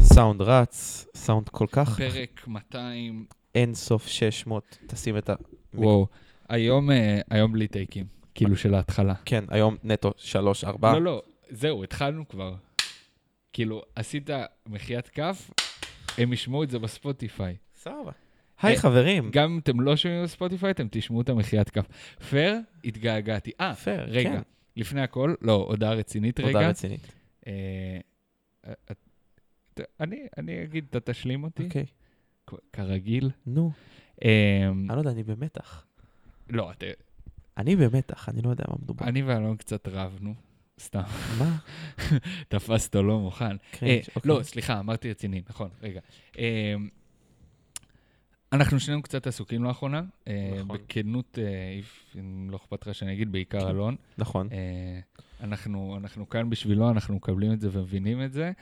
הסאונד רץ, סאונד כל כך פרק 200, אין סוף 600, תשים את ה... וואו. היום, אה, היום בלי טייקים, כאילו של ההתחלה. כן, היום נטו 3-4. לא, לא, זהו, התחלנו כבר. כאילו, עשית מחיית כף, הם ישמעו את זה בספוטיפיי. סבבה. היי אה, חברים. גם אם אתם לא שומעים בספוטיפיי, אתם תשמעו את המחיית כף. פר, התגעגעתי. אה, פייר, רגע, כן. לפני הכל, לא, הודעה רצינית רגע. תודה רצינית. אה, אה, את- אני, אני אגיד, אתה תשלים אותי, אוקיי. כ- כרגיל. נו, אה, אני לא יודע, אני במתח. לא, אתה- אני במתח, אני לא יודע מה מדובר. אני ואלון קצת רבנו, סתם, מה? תפסת לא מוכן. אה, קרינג', אוקיי. לא, סליחה, אמרתי רציני, נכון, רגע. אה, אנחנו שנינו קצת עסוקים לאחרונה. אה, נכון. בכנות, אה, if- אם לא אכפת לך שאני אגיד, בעיקר כן. אלון. נכון. אה, אנחנו, אנחנו כאן בשבילו, אנחנו מקבלים את זה ומבינים את זה,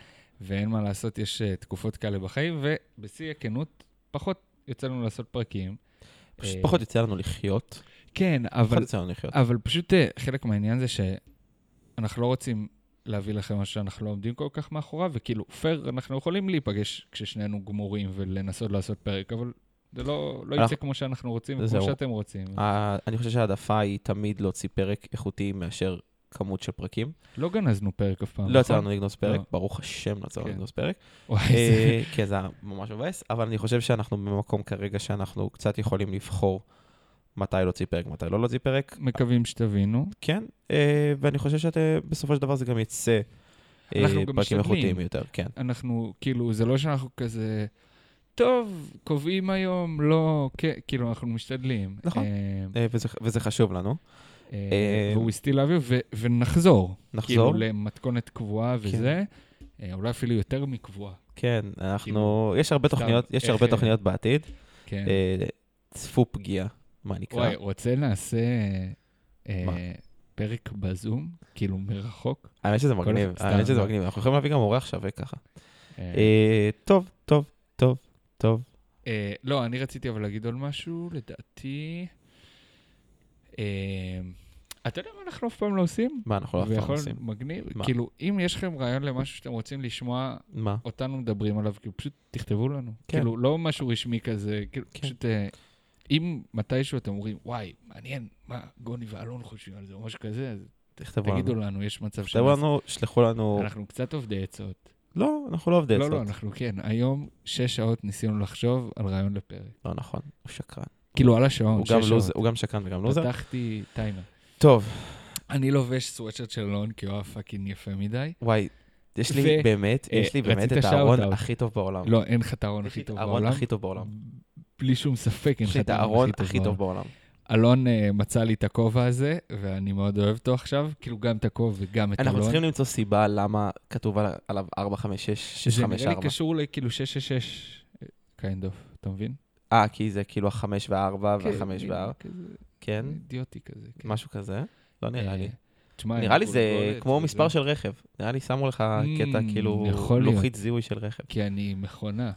ואין מה לעשות, יש אה, תקופות כאלה בחיים, ובשיא הכנות, פחות יוצא לנו לעשות פרקים. פשוט אה, פחות יצא לנו לחיות. כן, פחות אבל, יצא לנו לחיות. אבל פשוט אה, חלק מהעניין זה שאנחנו לא רוצים להביא לכם מה שאנחנו לא עומדים כל כך מאחוריו, וכאילו, פייר, אנחנו יכולים להיפגש כששנינו גמורים ולנסות לעשות פרק, אבל זה לא, לא יצא אנחנו- כמו שאנחנו רוצים, כמו זהו. אה. שאתם רוצים. ה- אני חושב שההעדפה היא תמיד להוציא פרק איכותי מאשר כמות של פרקים. לא גנזנו פרק אף פעם, לא יצא נכון? לנו לגנוז פרק, לא. ברוך השם לא יצא לנו כן. לגנוז פרק. וואי, זה... אה, כן, זה היה ממש מבאס, אבל אני חושב שאנחנו במקום כרגע שאנחנו קצת יכולים לבחור מתי להוציא פרק, מתי לא להוציא פרק. מקווים שתבינו. כן, אה, ואני חושב שבסופו של דבר זה גם יצא אה, אנחנו גם פרקים משתדלים. איכותיים יותר, כן. אנחנו, כאילו, זה לא שאנחנו כזה, טוב, קובעים היום, לא, כן, כאילו, אנחנו משתדלים. נכון. אה, אה, וזה- וזה חשוב לנו. אה, אה, והוא הסטיל להעביר, ו- ונחזור. נחזור. כאילו, למתכונת קבועה וזה. אה, אולי אפילו יותר מקבועה. כן, אנחנו, כאילו, יש הרבה סתם, תוכניות, יש איך, הרבה אה, תוכניות בעתיד. כן. אה, צפו פגיעה, מה נקרא. וואי, רוצה נעשה אה, מה? פרק בזום, כאילו, מרחוק? האמת שזה כל מגניב, אחד- האמת סתם, שזה לא. מגניב. אנחנו יכולים להביא גם אורח שווה ככה. אה, אה, טוב, טוב, טוב, טוב. אה, לא, אני רציתי אבל להגיד עוד משהו, לדעתי... אה, אתה יודע מה אנחנו אף פעם לא עושים? מה, אנחנו לא אף פעם ויכול עושים. מגניב, מה? כאילו, אם יש לכם רעיון למשהו שאתם רוצים לשמוע, מה? אותנו מדברים עליו, כאילו, פשוט תכתבו לנו. כן. כאילו, לא משהו רשמי כזה, כאילו, כן. פשוט, אה, אם מתישהו אתם אומרים, וואי, מעניין, מה גוני ואלון חושבים על זה, או משהו כזה, אז תכתבו תגידו לנו. לנו, יש מצב ש... תכתבו לנו, שלחו לנו... אנחנו קצת עובדי עצות. לא, אנחנו לא עובדי לא, לא, עצות. אנחנו כן. היום שש שעות ניסינו לחשוב על רעיון לפרק. לא נכון, הוא שקרן. כאילו, על השעון, הוא שש גם שעות. לוז- הוא גם לא שקרן וגם לוזר. פתחתי טיימר. טוב, אני לובש סוואטשרט של אלון, כי הוא היה פאקינג יפה מדי. וואי, יש ו- לי באמת, אה, יש לי באמת רצית את הארון שאוט-אאוט. הכי טוב בעולם. לא, אין לך את הארון יש לי הכי את טוב הארון בעולם. כן, הכי טוב בעולם. בלי שום ספק, אין יש לך לי את את הארון הכי טוב בעולם. בעולם. אלון אה, מצא לי את הכובע הזה, ואני מאוד אוהב אותו עכשיו, כאילו גם את הכובע וגם את אלון. אנחנו צריכים למצוא סיבה למה כתוב על- עליו 456, זה נראה לי 654. קשור כאילו לכאילו 666, kind of, אתה מבין? אה, כי זה כאילו החמש והארבע והחמש כן, והארבע, כזה, כן? אידיוטי כזה. כן. משהו כזה? לא נראה אה, לי. תשמע, נראה לי עם זה גולגולת כמו וזה. מספר של רכב. נראה לי שמו לך קטע אה, Mm, כאילו יכול להיות. לוחית זיהוי של רכב. כי אני מכונה.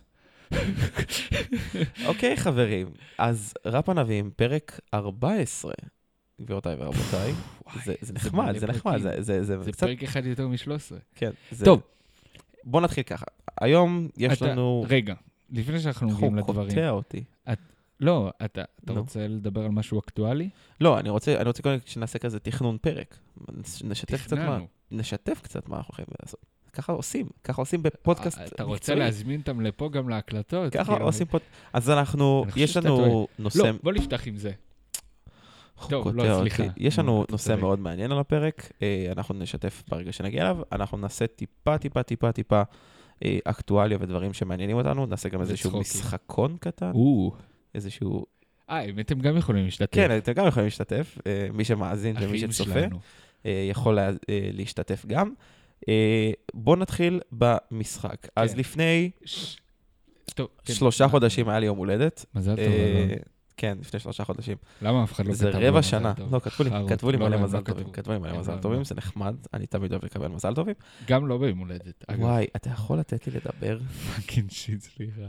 אוקיי, חברים, אז ראפ ענבים, פרק 14, גבירותיי ורבותיי. וואי, זה- זה נחמד, מלא זה נחמד, פרקים. זה- זה זה זה קצת... פרק אחד יותר מ-13. כן. זה- טוב. בוא נתחיל ככה. היום יש אתה- לנו... רגע, לפני שאנחנו איך הוא מגיעים לדברים. קוטע אותי. לא, אתה אתה נו. רוצה לדבר על משהו אקטואלי? לא, אני רוצה אני רוצה קודם שנעשה כזה תכנון פרק. נש- נשתף קצת מה... תכננו. נשתף קצת מה אנחנו הולכים לעשות. ככה עושים, ככה עושים בפודקאסט מקצועי. אה, אתה רוצה להזמין אותם לפה גם להקלטות? ככה כאילו? עושים פה... אז אנחנו, אני חושב יש שאתה לנו נושא... לא, בוא נפתח עם זה. אה. הוא טוב, קוטע לא, סליחה. אותי. אה, אוקיי. יש נו, לנו אתה נושא צודק. מאוד מעניין על הפרק, אה, אנחנו נשתף ברגע שנגיע אליו, אנחנו נעשה טיפה, טיפה, טיפה, טיפה אה, אקטואליה ודברים שמעניינים אותנו, נעשה גם איזשהו וצחוקים. משחקון קטן, כאילו. או. איזשהו... אה, האמת, הם גם יכולים להשתתף. כן, אתם גם יכולים להשתתף, אה, מי שמאזין ומי אחים שצופה, שלנו. אה, יכול לה- אה, להשתתף גם. אה, בואו נתחיל במשחק. אז כן. לפני ש- טוב, כן. שלושה חודשים היה לי יום הולדת. מזל טוב, אה, אלון. כן, לפני שלושה חודשים. למה אף אחד לא זה כתב לו רבע מזל שנה. טוב? לא, כתבו לי, חרות. כתבו לי לא, מלא הם לא מזל כתבו. טובים, כתבו לי הם מלא לא, הם מזל לא. טובים, זה נחמד, אני תמיד אוהב לקבל מזל טובים. גם לא ביום הולדת. אגב. וואי, אתה יכול לתת לי לדבר? פאקינג שיט, סליחה.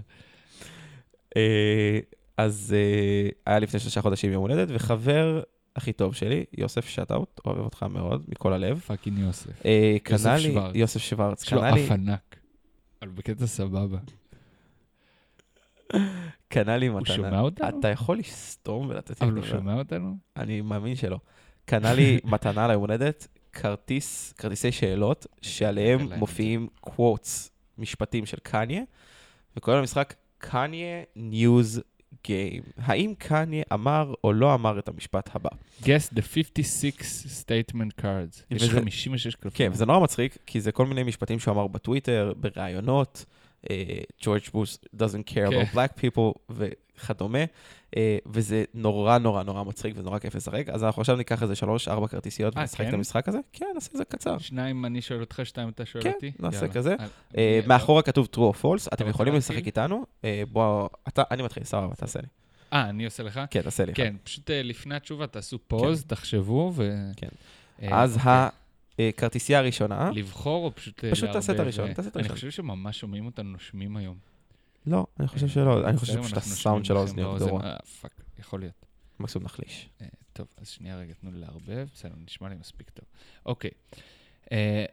אה, אז אה, היה לפני שלושה חודשים יום הולדת, וחבר הכי טוב שלי, יוסף שטאוט, אוהב אותך מאוד, מכל הלב, פאקינג יוסף. אה, קנה יוסף לי, שוורץ. יוסף שוורץ, יש לו קנה לי, אף ענק. אבל בקטע סבבה. קנה לי מתנה. הוא שומע אותנו? אתה יכול לסתום ולתת לי... אבל הוא לדבר? שומע אותנו? אני מאמין שלא. קנה לי מתנה ליום הולדת, כרטיס, כרטיסי שאלות, שעליהם אליי. מופיעים קוואטס, משפטים של קניה, וקוראים למשחק קניה ניוז גיים. האם קניה אמר או לא אמר את המשפט הבא? Guess the 56 statement cards. יש וזה- 56 קלפים. כן, וזה נורא מצחיק, כי זה כל מיני משפטים שהוא אמר בטוויטר, בראיונות, אה, ג'ורג' בוס doesn't care כן. about black people וכדומה, אה, וזה נורא נורא נורא מצחיק ונורא כיף לשחק, אז אנחנו עכשיו ניקח איזה שלוש, ארבע כרטיסיות אה, ונשחק כן? את המשחק הזה. כן, נעשה את זה קצר. שניים אני שואל אותך, שתיים אתה שואל כן, אותי? נעשה יאללה. כזה. על- אה, מי- מאחורה כתוב true or false, אתם רוצה יכולים לשחק להתחיל? איתנו. אה, בוא, אתה, אני מתחיל, סבבה, תעשה לי. אה, אני עושה לך? כן, תעשה לי. כן, פשוט אה, לפני התשובה תעשו פוז, תחשבו, ו... כן. אה, אוקיי. אז הכרטיסייה הראשונה, לבחור או פשוט... אה, פשוט תעשה את לערבב, הראשון, אה, תעשה את אני הראשון. חושב שממש שומעים אותנו נושמים היום. לא, אני חושב שלא, אני חושב מצטער אם שפשוט אנחנו הסאונד של שומעים האוזניות לכם באוזן. גרוע. אה, פאק, יכול להיות. מקסימום נחליש. אה, טוב, אז שנייה רגע, תנו לי לערבב, בסדר, נשמע לי מספיק טוב. אוקיי. אה,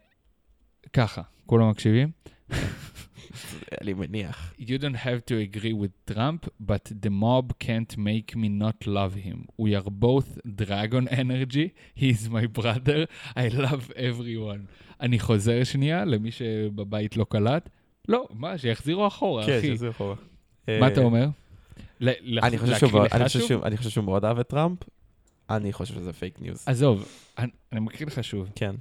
ככה, כולם מקשיבים? אני מניח. You don't have to agree with Trump, but the mob can't make me not love him. We are both dragon energy, he is my brother, I love everyone. אני חוזר שנייה למי שבבית לא קלט. לא, מה, שיחזירו אחורה, כן, אחי. שזה חובה. אה, מה אתה אומר? ל- לח- אני חושב להקריא שהוא- לך אני חושב שוב? שהוא- אני חושב שהוא מאוד אהב את טראמפ, אני חושב שזה פייק ניוז. עזוב, אני- אני מקריא לך שוב. כן.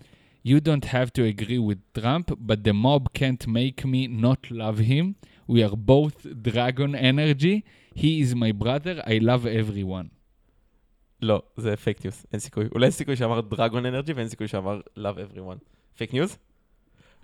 You don't have to agree with Trump, but the mob can't make me not love him. We are both dragon energy. He is my brother, I love everyone. לא, זה פייק ניוז, אין סיכוי. אולי אין סיכוי שאמר דרגון אנרגי ואין סיכוי שאמר love everyone. פייק ניוז?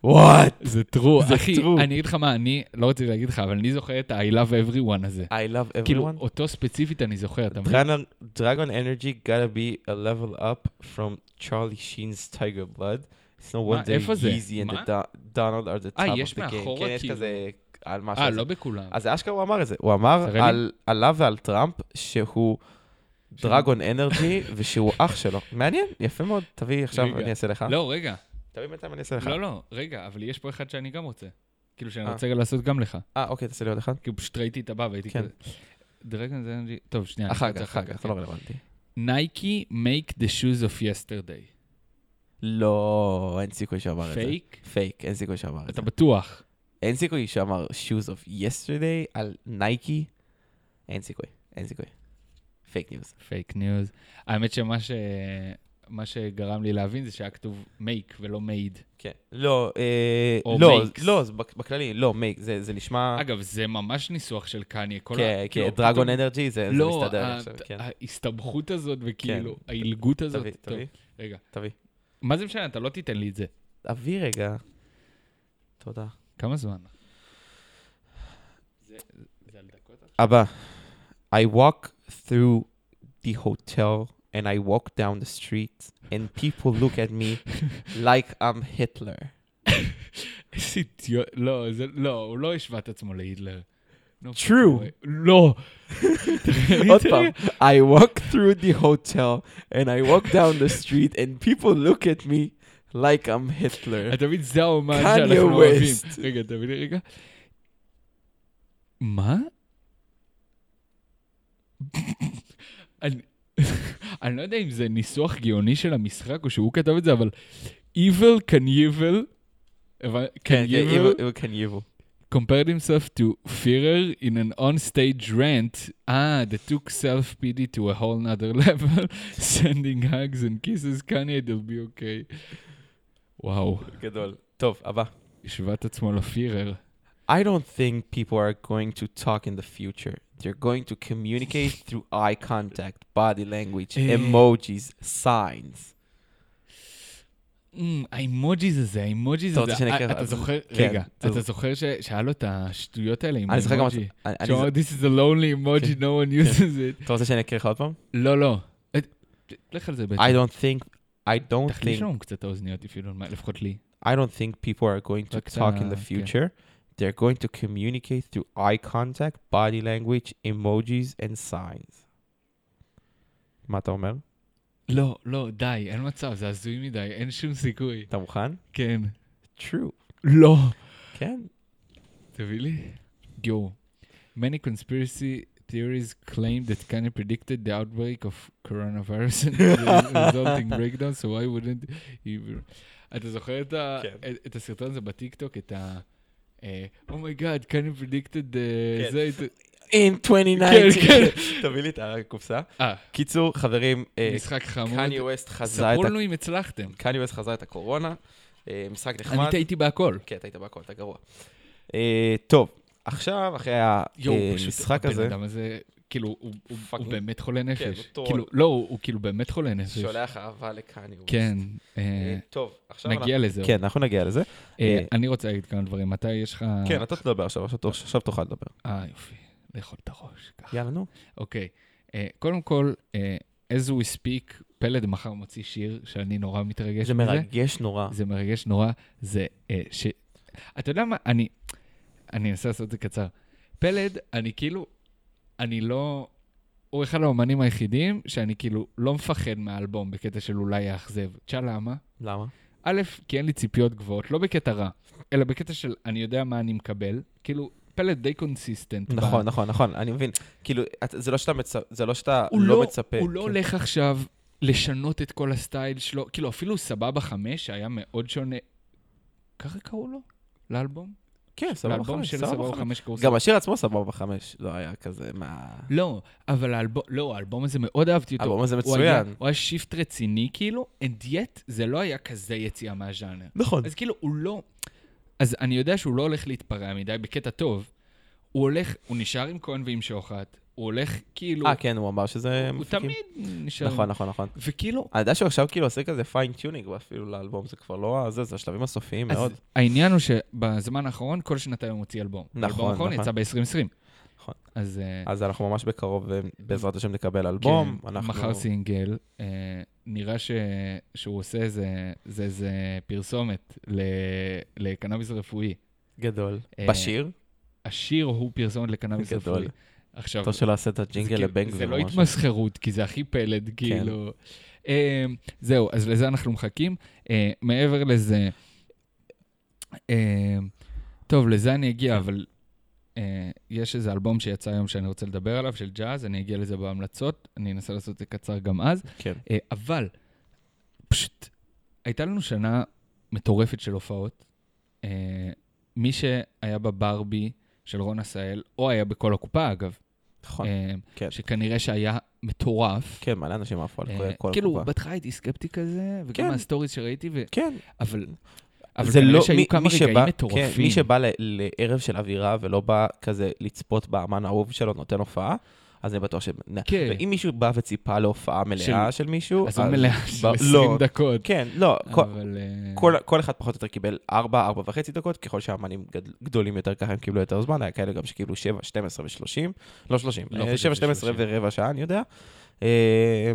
וואט! זה טרו, זה אחי, true. אני אגיד לך מה, אני לא רציתי להגיד לך, אבל אני זוכר את ה-I love everyone הזה. I love כאילו, everyone. אותו ספציפית אני זוכר, אתה מבין? Dragon- Dragon Energy gotta be a level up from Charlie Sheen's Tiger Blood. It's no מה, wonder איפה זה? Yeezy and מה? the Do- Donald are the אה, top of יש the game. מאחורה, כן, יש כאילו. כזה על משהו. אה, הזה. לא בכולם. אז אשכרה הוא אמר את זה. הוא אמר תראה לי. על- עליו ועל טראמפ שהוא דרגון אנרגי ושהוא אח שלו. מעניין, יפה מאוד. תביא עכשיו, רגע. אני אעשה לך. לא, רגע, תביא בינתיים, אני אעשה לך. לא, לא, רגע, אבל יש פה אחד שאני גם רוצה. כאילו, שאני אה. רוצה לעשות גם לך. אה, אוקיי, תעשה לי עוד אחד. כאילו, פשוט ראיתי את הבא והייתי כן. כזה. דרגון זה אנרגי... טוב, שנייה. אני אחר רוצה כך, אחר כך, זה לא כן. רלוונטי. נייקי, make the shoes of yesterday. לא, אין סיכוי שאמר את זה. פייק? פייק, אין סיכוי שאמר את זה. אתה בטוח. אין סיכוי שאמר shoes of yesterday על נייקי. אין סיכוי, אין סיכוי. פייק ניוז. פייק ניוז. האמת שמה ש... מה שגרם לי להבין זה שהיה כתוב make ולא made. כן. לא, אה, או לא, makes. לא, זה בק- בכללי, לא, מייק, זה זה נשמע... אגב, זה ממש ניסוח של קניה. כל אה. כן, ה- כן, כאילו, דרגון פתאום- אנרגי, זה זה לא, מסתדר ה- עכשיו, כן. ההסתבכות הזאת וכאילו, כן. העילגות הזאת. תביא, טוב, תביא, רגע. תביא. מה זה משנה? אתה לא תיתן לי את זה. תביא רגע. תודה. כמה זמן? זה זה על דקות? עכשיו? הבא. I walk through the hotel and I walk down the street and people look at me like I'm Hitler. איזה אידיוט. לא, זה- לא, הוא לא השווה את עצמו להיטלר. No fucking True. way. לא. עוד פעם. I walk through the hotel and I walk down the street and people look at me like I'm Hitler. אתה מבין, זה האומן Kanye שאנחנו אוהבים. West. רגע, תביא לי רגע. מה? אני- אני לא יודע אם זה ניסוח גאוני של המשחק או שהוא כתב את זה, אבל evil can evil, אבל- כן, can כן, evil, evil- כן, evil. compared himself to Führer in an on-stage rant, ah, that took self-pity to a whole nother level, sending hugs and kisses, Kanye, they'll be okay. וואו, גדול. טוב, הבא. השווה את עצמו לפירר. I don't think people are going to talk in the future. They're going to communicate through eye contact, body language, Eh. emojis, signs. אמ, האימוג'יז הזה, האימוג'יז אתה רוצה הזה, שאני אה, אקריא לך? אתה זוכר, כן, רגע, טוב. אתה זוכר ש- שהיה לו את השטויות האלה עם אני זוכר גם... האימוג'י? אני- אני- שהוא אמר, This is a lonely emoji, כן. no one uses it. אתה רוצה שאני אקריא לך עוד פעם? לא, לא. אה, לך על זה I בעצם. don't think... I don't תחליש think... לנו קצת את האוזניות, אפילו, מה- לפחות לי. I don't think people are going to רק את talk in ה- the כן. future. They're going to communicate through eye contact, body language, emojis and signs. מה אתה אומר? לא, לא, די, אין מצב, זה הזוי מדי, אין שום סיכוי. אתה מוכן? כן. True. לא. כן. תביא לי. Yo. Many conspiracy theories claim that Kanye predicted the outbreak of coronavirus and the resulting breakdown, so why wouldn't he... אתה זוכר את, ה... כן. את, את הסרטון הזה בטיקטוק, את ה... אה, oh אומייגאד, קאני predicted כן. uh, זה... את- In 2019. כן, כן. תביא לי את הקופסה. אה, קיצור, חברים, אה, משחק חמוד. קניה ווסט חזה את ספרו ה- לנו אם הצלחתם. קניה ווסט חזה את הקורונה. אה, משחק נחמד. אני טעיתי בהכל. כן, אתה היית בהכל, אתה גרוע. אה, טוב, עכשיו, אחרי יואו, פשוט המשחק אה, הזה, הבן אדם הזה, כאילו, הוא- הוא- פאק. הוא באמת חולה כן, נפש. הוא טרול. כאילו, לא, הוא הוא כאילו באמת חולה נפש. שולח אהבה לקניה ווסט. כן, אה, אה, טוב, עכשיו אנחנו... נגיע לזה. כן, אנחנו נגיע לזה. אה, אה, אני רוצה להגיד כמה דברים. מתי יש לך... כן, אתה תדבר עכשיו, עכשיו תוך- עכשיו תוכל לדבר. אה, יופי. לאכול את הראש. ככה. יאללה, נו. אוקיי. אה, קודם כל, אה, as we speak, פלד מחר מוציא שיר שאני נורא מתרגש זה מזה. מרגש נורא. זה מרגש נורא. זה אה, ש... אתה יודע מה? אני... אני אנסה לעשות את זה קצר. פלד, אני כאילו... אני לא... הוא אחד האומנים היחידים שאני כאילו לא מפחד מהאלבום בקטע של אולי יאכזב. תשאל למה? למה? א', כי אין לי ציפיות גבוהות, לא בקטע רע, אלא בקטע של אני יודע מה אני מקבל. כאילו, פלט די קונסיסטנט. נכון, ב- נכון, נכון, אני מבין. כאילו, את- זה לא שאתה מצפ- זה לא שאתה הוא לא לא- מצפה. הוא לא כן. הולך עכשיו לשנות את כל הסטייל שלו. כאילו, אפילו סבבה חמש, שהיה מאוד שונה. ככה קראו לו? לאלבום? כן, סבבה לאלבום חמש, של סבבה סבבה חמש. חמש קורסים. גם השיר עצמו סבבה חמש, לא היה כזה מה... לא, אבל האלבום, לא, האלבום הזה מאוד אהבתי אותו. האלבום הזה הוא היה- מצוין. הוא היה שיפט רציני כאילו, and yet זה לא היה כזה יציאה מהז'אנר. נכון. אז כאילו, הוא לא... אז אני יודע שהוא לא הולך להתפרע מדי, בקטע טוב. הוא הולך, הוא נשאר עם כהן ועם שוחט, הוא הולך כאילו... אה, כן, הוא אמר שזה... הוא מפיקים. תמיד נשאר... נכון, נכון, נכון. וכאילו, אני יודע שהוא עכשיו כאילו עושה כזה פיינטיונינג אפילו לאלבום, זה כבר לא... ה- זה, זה השלבים הסופיים אז מאוד. העניין הוא שבזמן האחרון, כל שנתיים הוא מוציא אלבום. נכון, האלבום האחרון נכון. יצא ב-2020. נכון. אז... אה, אז אנחנו ממש בקרוב, אה, בעזרת השם, נקבל אלבום. כן, אנחנו- מחר סינגל, אה, נראה ש... שהוא עושה איזה, זה, איזה פרסומת ל... לקנאביס רפואי. גדול. אה, בשיר? השיר הוא פרסומת לקנאביס גדול. רפואי. עכשיו, טוב שלא עשה את הג'ינגל כאילו- לבנג זה זה לא ממש... התמסחרות, כי זה הכי פלד, כאילו. אה, זהו, אז לזה אנחנו מחכים. אה, מעבר לזה, אה, טוב, לזה אני אגיע, אבל אה, יש איזה אלבום שיצא היום שאני רוצה לדבר עליו, של ג'אז, אני אגיע לזה בהמלצות, אני אנסה לעשות את זה קצר גם אז. כן. אה, אבל, פשוט, הייתה לנו שנה מטורפת של הופעות. אה, מי שהיה בברבי של רון עשהאל, או היה בכל הקופה, אגב, נכון. אה, כן. שכנראה שהיה מטורף. כן, מלא אנשים עפו על אה, כל- כל כאילו, הקופה. בהתחלה הייתי סקפטי כזה, וגם כן. מהסטוריז שראיתי, ו- כן, אבל... אבל זה כנראה לא, שהיו מי, כמה מי רגעים שבא, מטורפים. כן, מי שבא ל, לערב של אווירה ולא בא כזה לצפות באמן האהוב שלו נותן הופעה, אז אני בטוח ש... כן. ואם מישהו בא וציפה להופעה מלאה של, מישהו, אז הוא מלאה של אה, ב- 20 לא. דקות. כן, לא, כל, אבל... אה, כל, כל אחד פחות או יותר קיבל 4, 4 וחצי דקות, ככל שהאמנים גד, גדולים יותר, ככה הם קיבלו יותר זמן, היה כאלה גם שקיבלו 7, 12 ו-30, לא 30, לא 7, חושב שזה 12 30. ורבע שעה, אני יודע. אה,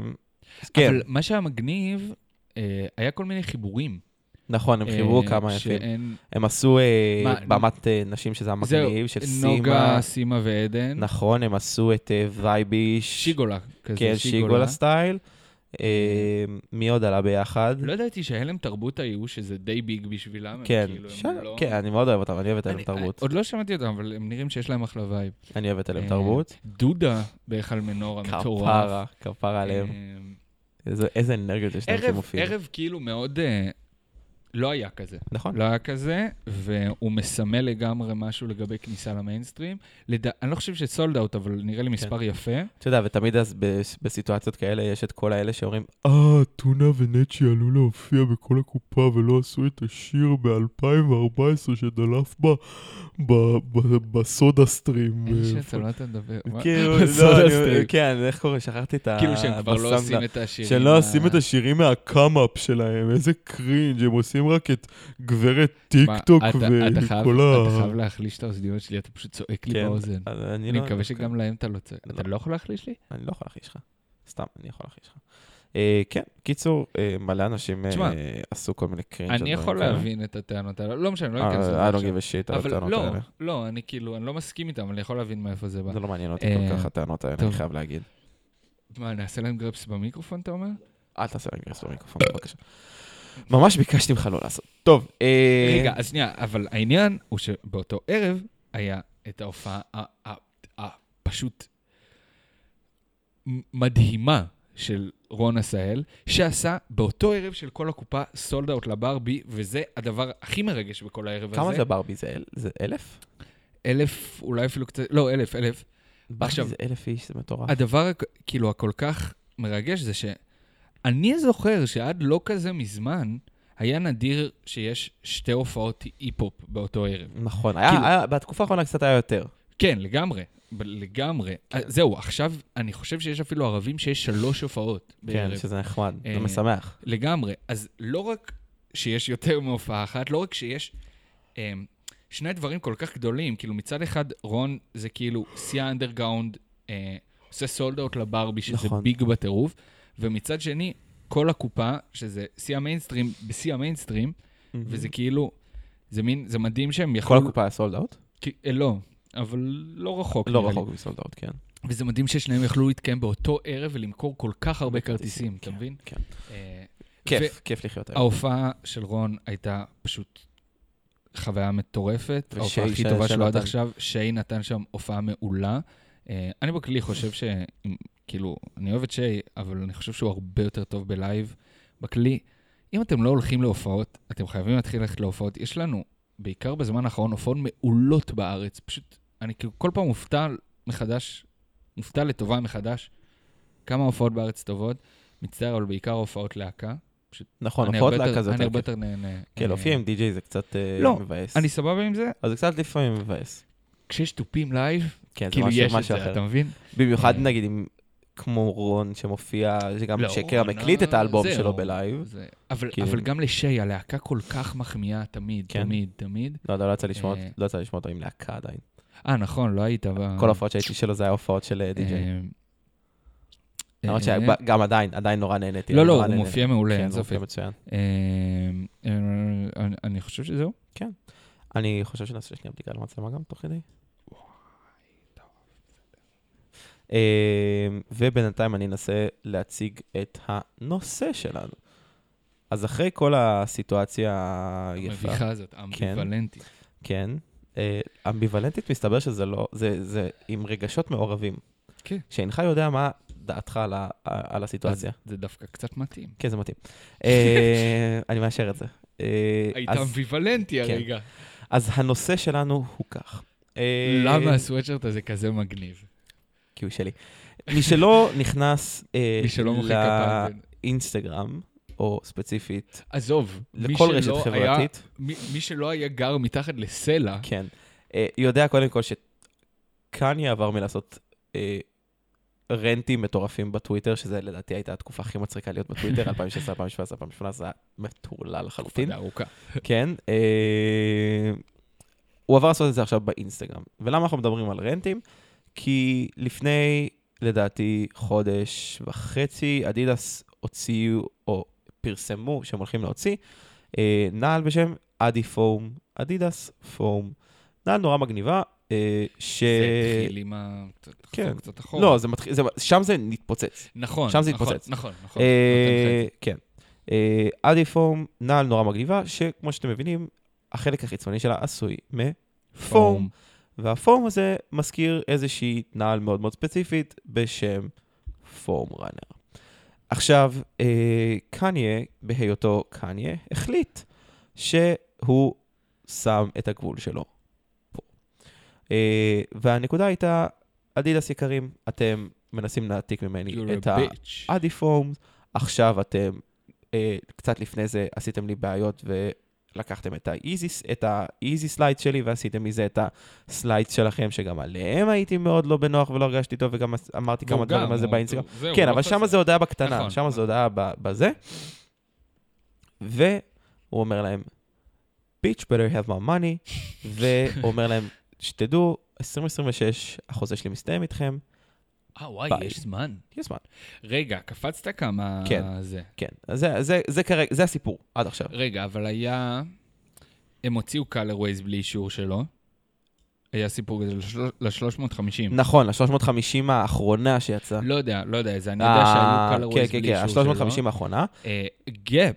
אז כן, אבל מה שהיה מגניב, אה, היה כל מיני חיבורים. נכון, הם חיברו אה, כמה יפים. שאין- הם עשו אה, מה, במת אה, נשים, שזה המגניב, של זהו, סימה. נוגה, סימה ועדן. נכון, הם עשו את אה, וייביש. שיגולה. כזה כן, שיגולה סטייל. אה, מי עוד עלה ביחד? Mm-hmm. לא ידעתי שהלם תרבות היו, שזה די ביג בשבילם. הם כן, כאילו, הם שאלה, לא- כן, אני מאוד אוהב אותם, אני אוהב את אלם אני- תרבות. עוד לא שמעתי אותם, אבל הם נראים שיש להם אחלה וייב. אני אוהב את אלם אה, תרבות. דודה בהיכל מנור המטורף. כפרה, כפרה אה, עליהם. איזה- איזה אנרגיות יש להם ערב, שמופיעים. ערב כאילו מאוד... אה, לא היה כזה. נכון. לא היה כזה, והוא מסמל לגמרי משהו לגבי כניסה למיינסטרים. לד... אני לא חושב שסולד אאוט, אבל נראה לי כן. מספר יפה. אתה יודע, ותמיד אז בס- בסיטואציות כאלה יש את כל האלה שאומרים, אה, טונה ונצ'י עלו להופיע בכל הקופה ולא עשו את השיר ב-2014 שדלף ב- ב- ב- בסודה סטרים. אין לי אה, שאתה לא אתה מדבר. מה? כאילו, בסודה לא, אני- סטרים. כן, איך קורה? שכחתי את ה... כאילו שהם כבר לא בסאונד- עושים את השירים. שהם ה- לא עושים את השירים מהקאם-אפ שלהם, איזה קרינג', הם עושים רק את גברת טיק מה, טוק אתה- אתה חייב- וכל ה... אתה חייב להחליש את האוזניות שלי, אתה פשוט צועק לי כן, באוזן. אז אני אני לא- מקווה שגם להם אתה לא צועק. לא. אתה לא יכול להחליש לי? אני לא יכול להכחיש לך. סתם, אני יכול להכחיש לך. אה, כן, קיצור, אה, מלא אנשים אה, תשמע, עשו כל מיני קרינג'. אני יכול להבין את הטענות האלה. לא משנה, לא אכנס לזה אני לא עכשיו. גיב אישית על אבל הטענות לא, האלה. לא, אני כאילו, אני לא מסכים איתם, אבל אני יכול להבין מאיפה זה בא. זה לא מעניין אותי אה, כל כך הטענות האלה, אני טוב. חייב להגיד. מה, נעשה להם גרפס במיקרופון, אתה אומר? אל תעשה רגרס במיקרופון, בבקשה. ממש ביקשתי ממך לא לעשות. טוב, אה, רגע, אז שנייה, אבל העניין הוא שבאותו ערב היה את ההופעה ה- ה- הפשוט מדהימה של רון עשהאל, שעשה באותו ערב של כל הקופה סולד אאוט לברבי, וזה הדבר הכי מרגש בכל הערב כמה הזה. זה ברבי? זה אל- זה אלף? אלף, אולי אפילו קצת, לא, אלף, אלף. ברבי עכשיו- זה אלף איש, זה מטורף. הדבר, הכ- כאילו, הכל כך מרגש זה שאני זוכר שעד לא כזה מזמן, היה נדיר שיש שתי הופעות אי-פופ באותו ערב. נכון, היה- כאילו- היה- בתקופה האחרונה קצת היה יותר. כן, לגמרי, ב- לגמרי. אה, זהו, עכשיו אני חושב שיש אפילו ערבים שיש שלוש הופעות בערב. כן, שזה נחמד, זה אה, משמח. לגמרי. אז לא רק שיש יותר מהופעה אחת, לא רק שיש אמ, שני דברים כל כך גדולים, כאילו מצד אחד רון זה כאילו שיא האנדרגאונד, אה, עושה סולד אאוט לברבי, שזה נכון. נכון. ביג בטירוף, ומצד שני, כל הקופה, שזה שיא המיינסטרים, בשיא המיינסטרים, וזה כאילו, זה מין, זה מדהים שהם Mhm. Mm-hmm. כל יכלו... הקופה היה סולד אאוט? כי- אה, לא, אבל לא רחוק. לא נראה לי. רחוק מסולד אאוט, כן. וזה מדהים ששניהם יכלו להתקיים באותו ערב ולמכור כל כך הרבה כרטיסים, אתה כן, מבין? כן. אה, כיף, כיף לחיות היום. ההופעה של רון הייתה פשוט חוויה מטורפת. ושי ההופעה הכי ש- טובה שלו עד שנתן. עכשיו, שיי נתן שם הופעה מעולה. אה, אני בכלי חושב ש... אם- כאילו, אני אוהב את שיי, אבל אני חושב שהוא הרבה יותר טוב בלייב. בכלי, אם אתם לא הולכים להופעות, אתם חייבים להתחיל ללכת להופעות. יש לנו, בעיקר בזמן האחרון, הופעות מעולות בארץ. פשוט, אני כאילו כל פעם מופתע מחדש, מופתע לטובה מחדש. כמה הופעות בארץ טובות. מצטער, אבל בעיקר הופעות להקה. נכון, אני הופעות הרבה יותר- להקה זה אני יותר הרבה כיף. יותר נהנה. כן, אה, להופיע עם די-ג'יי זה קצת אה, לא, מבאס. אני סבבה עם זה, אז זה קצת לפעמים מבאס. כשיש תופים לייב, כן, זה כאילו משהו- יש את משהו זה, אחר. אתה מבין? במיוחד אה, נגיד עם... כמו רון שמופיע, שגם לא, שקר רון, מקליט את אה, האלבום זהו. שלו בלייב. זה- אבל כאילו- אבל גם לשי, הלהקה כל כך מחמיאה תמיד, כן. תמיד, תמיד. לא, לא, לא יצא לשמוע אה. לא יצא לשמוע אותו עם להקה עדיין. אה, נכון, לא היית ב... כל ההופעות שהייתי שלו זה היה הופעות של אה, די-ג'יי. אה, למרות אה, שגם עדיין, עדיין נורא נהניתי. לא, אני לא, נורא הוא נהנה. מופיע מעולה, כן, אין זה מופיע ספק. מצוין. אה, אה, אני- אני חושב שזהו. אני חושב שנעשה שנייה בדיקה למצלמה גם תוך כדי. אה, ובינתיים אני אנסה להציג את הנושא שלנו. אז אחרי כל הסיטואציה היפה, המביכה הזאת, אמביוולנטית. אה, כן, אה, אמביוולנטית מסתבר שזה לא, זה, זה עם רגשות מעורבים. כן. שאינך יודע מה דעתך על, ה, על הסיטואציה. אז זה דווקא קצת מתאים. כן, זה מתאים. אה, אני מאשר את זה. אה, היית אז- אמביוולנטי כן. הרגע. אז הנושא שלנו הוא כך. אה, למה הסוואצ'רט הזה כזה מגניב? כי הוא שלי. מי שלא נכנס אה, מי שלא מוחא כפיים. לאינסטגרם, או ספציפית, עזוב, מי לכל רשת שלא היה- חברתית, מי, מי שלא היה גר מתחת לסלע, כן, אה, יודע קודם כל שקניה עבר מלעשות אה, רנטים מטורפים בטוויטר, שזה לדעתי הייתה התקופה הכי מצחיקה להיות בטוויטר, 2016, 2017, 2018, זה היה מטורלל לחלוטין. תקופה ארוכה. כן. אה, הוא עבר לעשות את זה עכשיו באינסטגרם. ולמה אנחנו מדברים על רנטים? כי לפני, לדעתי, חודש וחצי, אדידס הוציאו, או פרסמו שהם הולכים להוציא, אה, נעל בשם אדי פום, אדידס פום. נעל נורא מגניבה, אה, ש... זה התחיל עם ה... כן. כן. קצת אחורה. לא, זה מתחיל, זה- שם זה נתפוצץ. נכון. שם זה נכון, התפוצץ. נכון, נכון. אה, כן. אה, אדי פום, נעל נורא מגניבה, שכמו שאתם מבינים, החלק החיצוני שלה עשוי מפום. והפורם הזה מזכיר איזושהי נעל מאוד מאוד ספציפית בשם פורם ראנר. עכשיו, אה, קניה, בהיותו קניה, החליט שהוא שם את הגבול שלו פה. אה, והנקודה הייתה, אדידס יקרים, אתם מנסים להעתיק ממני את ה... אה, ביץ'. אדי פורמס, עכשיו אתם, אה, קצת לפני זה עשיתם לי בעיות ולקחתם את ה-easy, את ה-easy slide שלי ועשיתם מזה את הסלייד שלכם, שגם עליהם הייתי מאוד לא בנוח ולא הרגשתי טוב, וגם עש- אמרתי כמה דברים על זה באינסטגרם. כן, אבל שם זה הודעה בקטנה, לא נכון, שם זה נכון. הודעה ב- בזה. והוא אומר להם, bitch better have my money, והוא אומר להם, שתדעו, 2026, החוזה שלי מסתיים איתכם, אה, וואי, ביי. יש זמן. יש זמן. רגע, קפצת כמה... כן. זה. כן, אז זה, זה, זה כרגע, זה הסיפור, עד עכשיו. רגע, אבל היה... הם הוציאו קלרווייז בלי אישור שלו. היה סיפור כזה ל-350. נכון, ל-350 האחרונה שיצאה. לא יודע, לא יודע, זה אני יודע שהיו קלרווייז בלי אישור שלו. אה, כן, כן, כן, ה-350 האחרונה. אה, גאפ.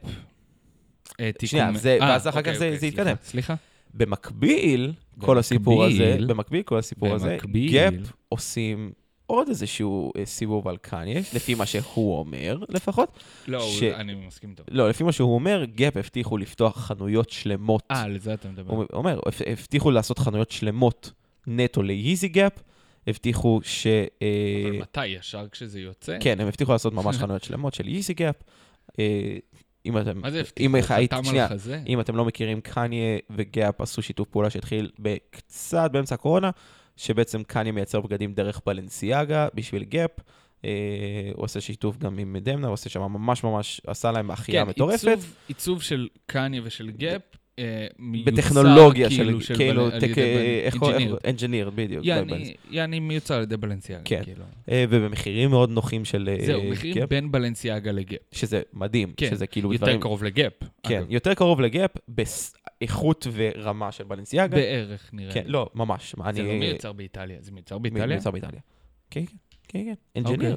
אה, תיקון- שנייה, זה- אה, ואז אחר אוקיי, כך זה- אוקיי, זה סליחה, יתקדם. סליחה. במקביל, כל הסיפור הזה, במקביל- במקביל כל הסיפור הזה, במקביל- גאפ עושים עוד איזשהו אה, סיבוב על קניה, לפי מה שהוא אומר לפחות. לא, ש- הוא- אני מסכים איתו. לא, לפי מה שהוא אומר, גאפ הבטיחו לפתוח חנויות שלמות. אה, על זה אתה מדבר. הוא אומר, "הבט- הבטיחו לעשות חנויות שלמות נטו ליזי גאפ, הבטיחו ש... אה, אבל מתי? ישר כשזה יוצא? כן, הם הבטיחו לעשות ממש חנויות שלמות של איזי גאפ. אה, אם אתם... מה זה אם הבטיחו? היית- חתם שנייה, על חזה? אם אתם לא מכירים, קניה וגאפ עשו שיתוף פעולה שהתחיל קצת באמצע הקורונה, שבעצם קניה מייצר בגדים דרך בלנסיאגה בשביל גאפ. אה, הוא עושה שיתוף גם עם דמנה, הוא עושה שם ממש ממש, עשה להם אחייה כן, מטורפת. עיצוב- עיצוב של קניה ושל גאפ, אה, מיוצר בטכנולוגיה כאילו של, כאילו, בל- על טק- ידי איך בל- קוראים? engineered. engineer, בדיוק. בלבנס. יעני- יעני מיוצר על ידי בלנסיאגה. כן. כאילו. אה, ובמחירים מאוד נוחים של אה, זהו, מחירים גאפ, בין בלנסיאגה לגאפ. שזה מדהים, כן, שזה כאילו יותר דברים... קרוב לגאפ. כן, אגב. יותר קרוב לגאפ באיכות ורמה של בלנסיאגה. בערך נראה. כן, לי. לא, ממש. זה אני- לא מיוצר באיטליה, זה מיוצר מ- באיטליה? מיוצר באיטליה. כן, כן, כן, כן. אוקיי. אנג'יניר.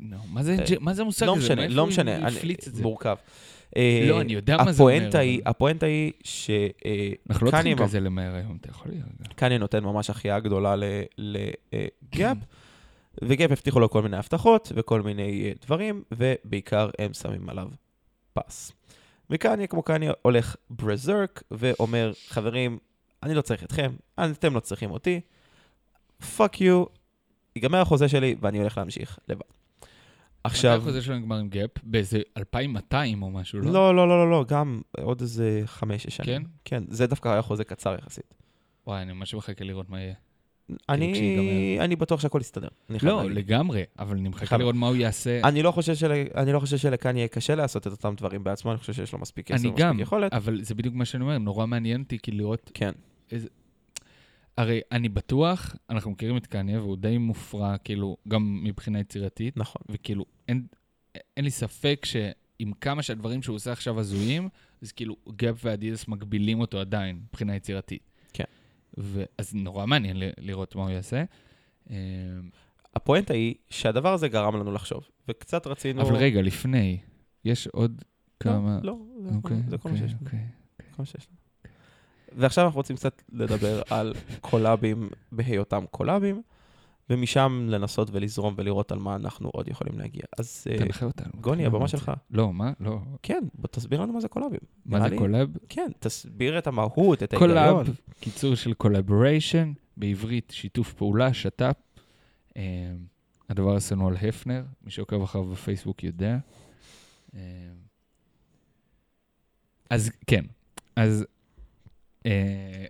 לא, מה זה- אה, מה זה המושג הזה? לא משנה, מאיפה לא הוא משנה. אני- הפליץ את זה? מורכב. לא, אה, אני יודע מה זה אומר, הפואנטה היא, אבל- הפואנטה היא ש... אה, אנחנו לא צריכים קניה- כזה למהר היום, אתה יכול להירגע. קניה נותן ממש החייאה גדולה לגאפ, וגאפ הבטיחו לו כל מיני הבטחות וכל מיני אה, דברים, ובעיקר הם שמים עליו פס. וקניה, כמו קניה, הולך ברזרק ואומר, חברים, אני לא צריך אתכם, אתם לא צריכים אותי, פאק יו, ייגמר החוזה שלי ואני הולך להמשיך לבד. עכשיו... עכשיו, מתי החוזה שלו נגמר עם גאפ? באיזה 2,200 או משהו, לא? לא, לא, לא, לא, לא, גם עוד איזה חמש, שש שנים. כן? כן, זה דווקא היה חוזה קצר יחסית. וואי, אני ממש מחכה לראות מה יהיה. אני, כאילו כשיגמר. אני בטוח שהכל יסתדר. אני חייב לא, להגיד. לגמרי, אבל אני מחכה חבל. לראות מה הוא יעשה. אני לא חושב, של... אני לא חושב שלקאן יהיה קשה לעשות את אותם דברים בעצמו, אני חושב שיש לו מספיק כסף אני ומספיק גם, אה, יכולת. אבל זה בדיוק מה שאני אומר, נורא מעניין אותי, כי לראות... כן, הרי אני בטוח, אנחנו מכירים את קניה, והוא די מופרע, כאילו, גם מבחינה יצירתית, נכון. וכאילו, אין, אין לי ספק שעם כמה שהדברים שהוא עושה עכשיו הזויים, אז כאילו, גאפ ואדידס מגבילים אותו עדיין, מבחינה יצירתית. כן. ו... אז נורא מעניין ל- לראות מה הוא יעשה. אה, הפואנטה היא שהדבר הזה גרם לנו לחשוב, וקצת רצינו... אבל רגע, לפני, יש עוד לא, כמה... לא, זה, אוקיי, זה כל מה אוקיי, שיש לנו. אוקיי. כל מה שיש לנו. ועכשיו אנחנו רוצים קצת לדבר על קולאבים בהיותם קולאבים, ומשם לנסות ולזרום ולראות על מה אנחנו עוד יכולים להגיע. אז אה, תנחה אותנו. גוני, הבמה שלך. לא, מה? לא. כן, בוא תסביר לנו מה זה קולאבים. מה נראה זה לי- קולאב? כן, תסביר את המהות, את ההיגיון. קולאב, קיצור של קולאבוריישן, בעברית שיתוף פעולה, שת"פ. אה, הדבר השנוא על הפנר, מי שעוקב אחריו בפייסבוק יודע. אה, אז כן, אז... אה,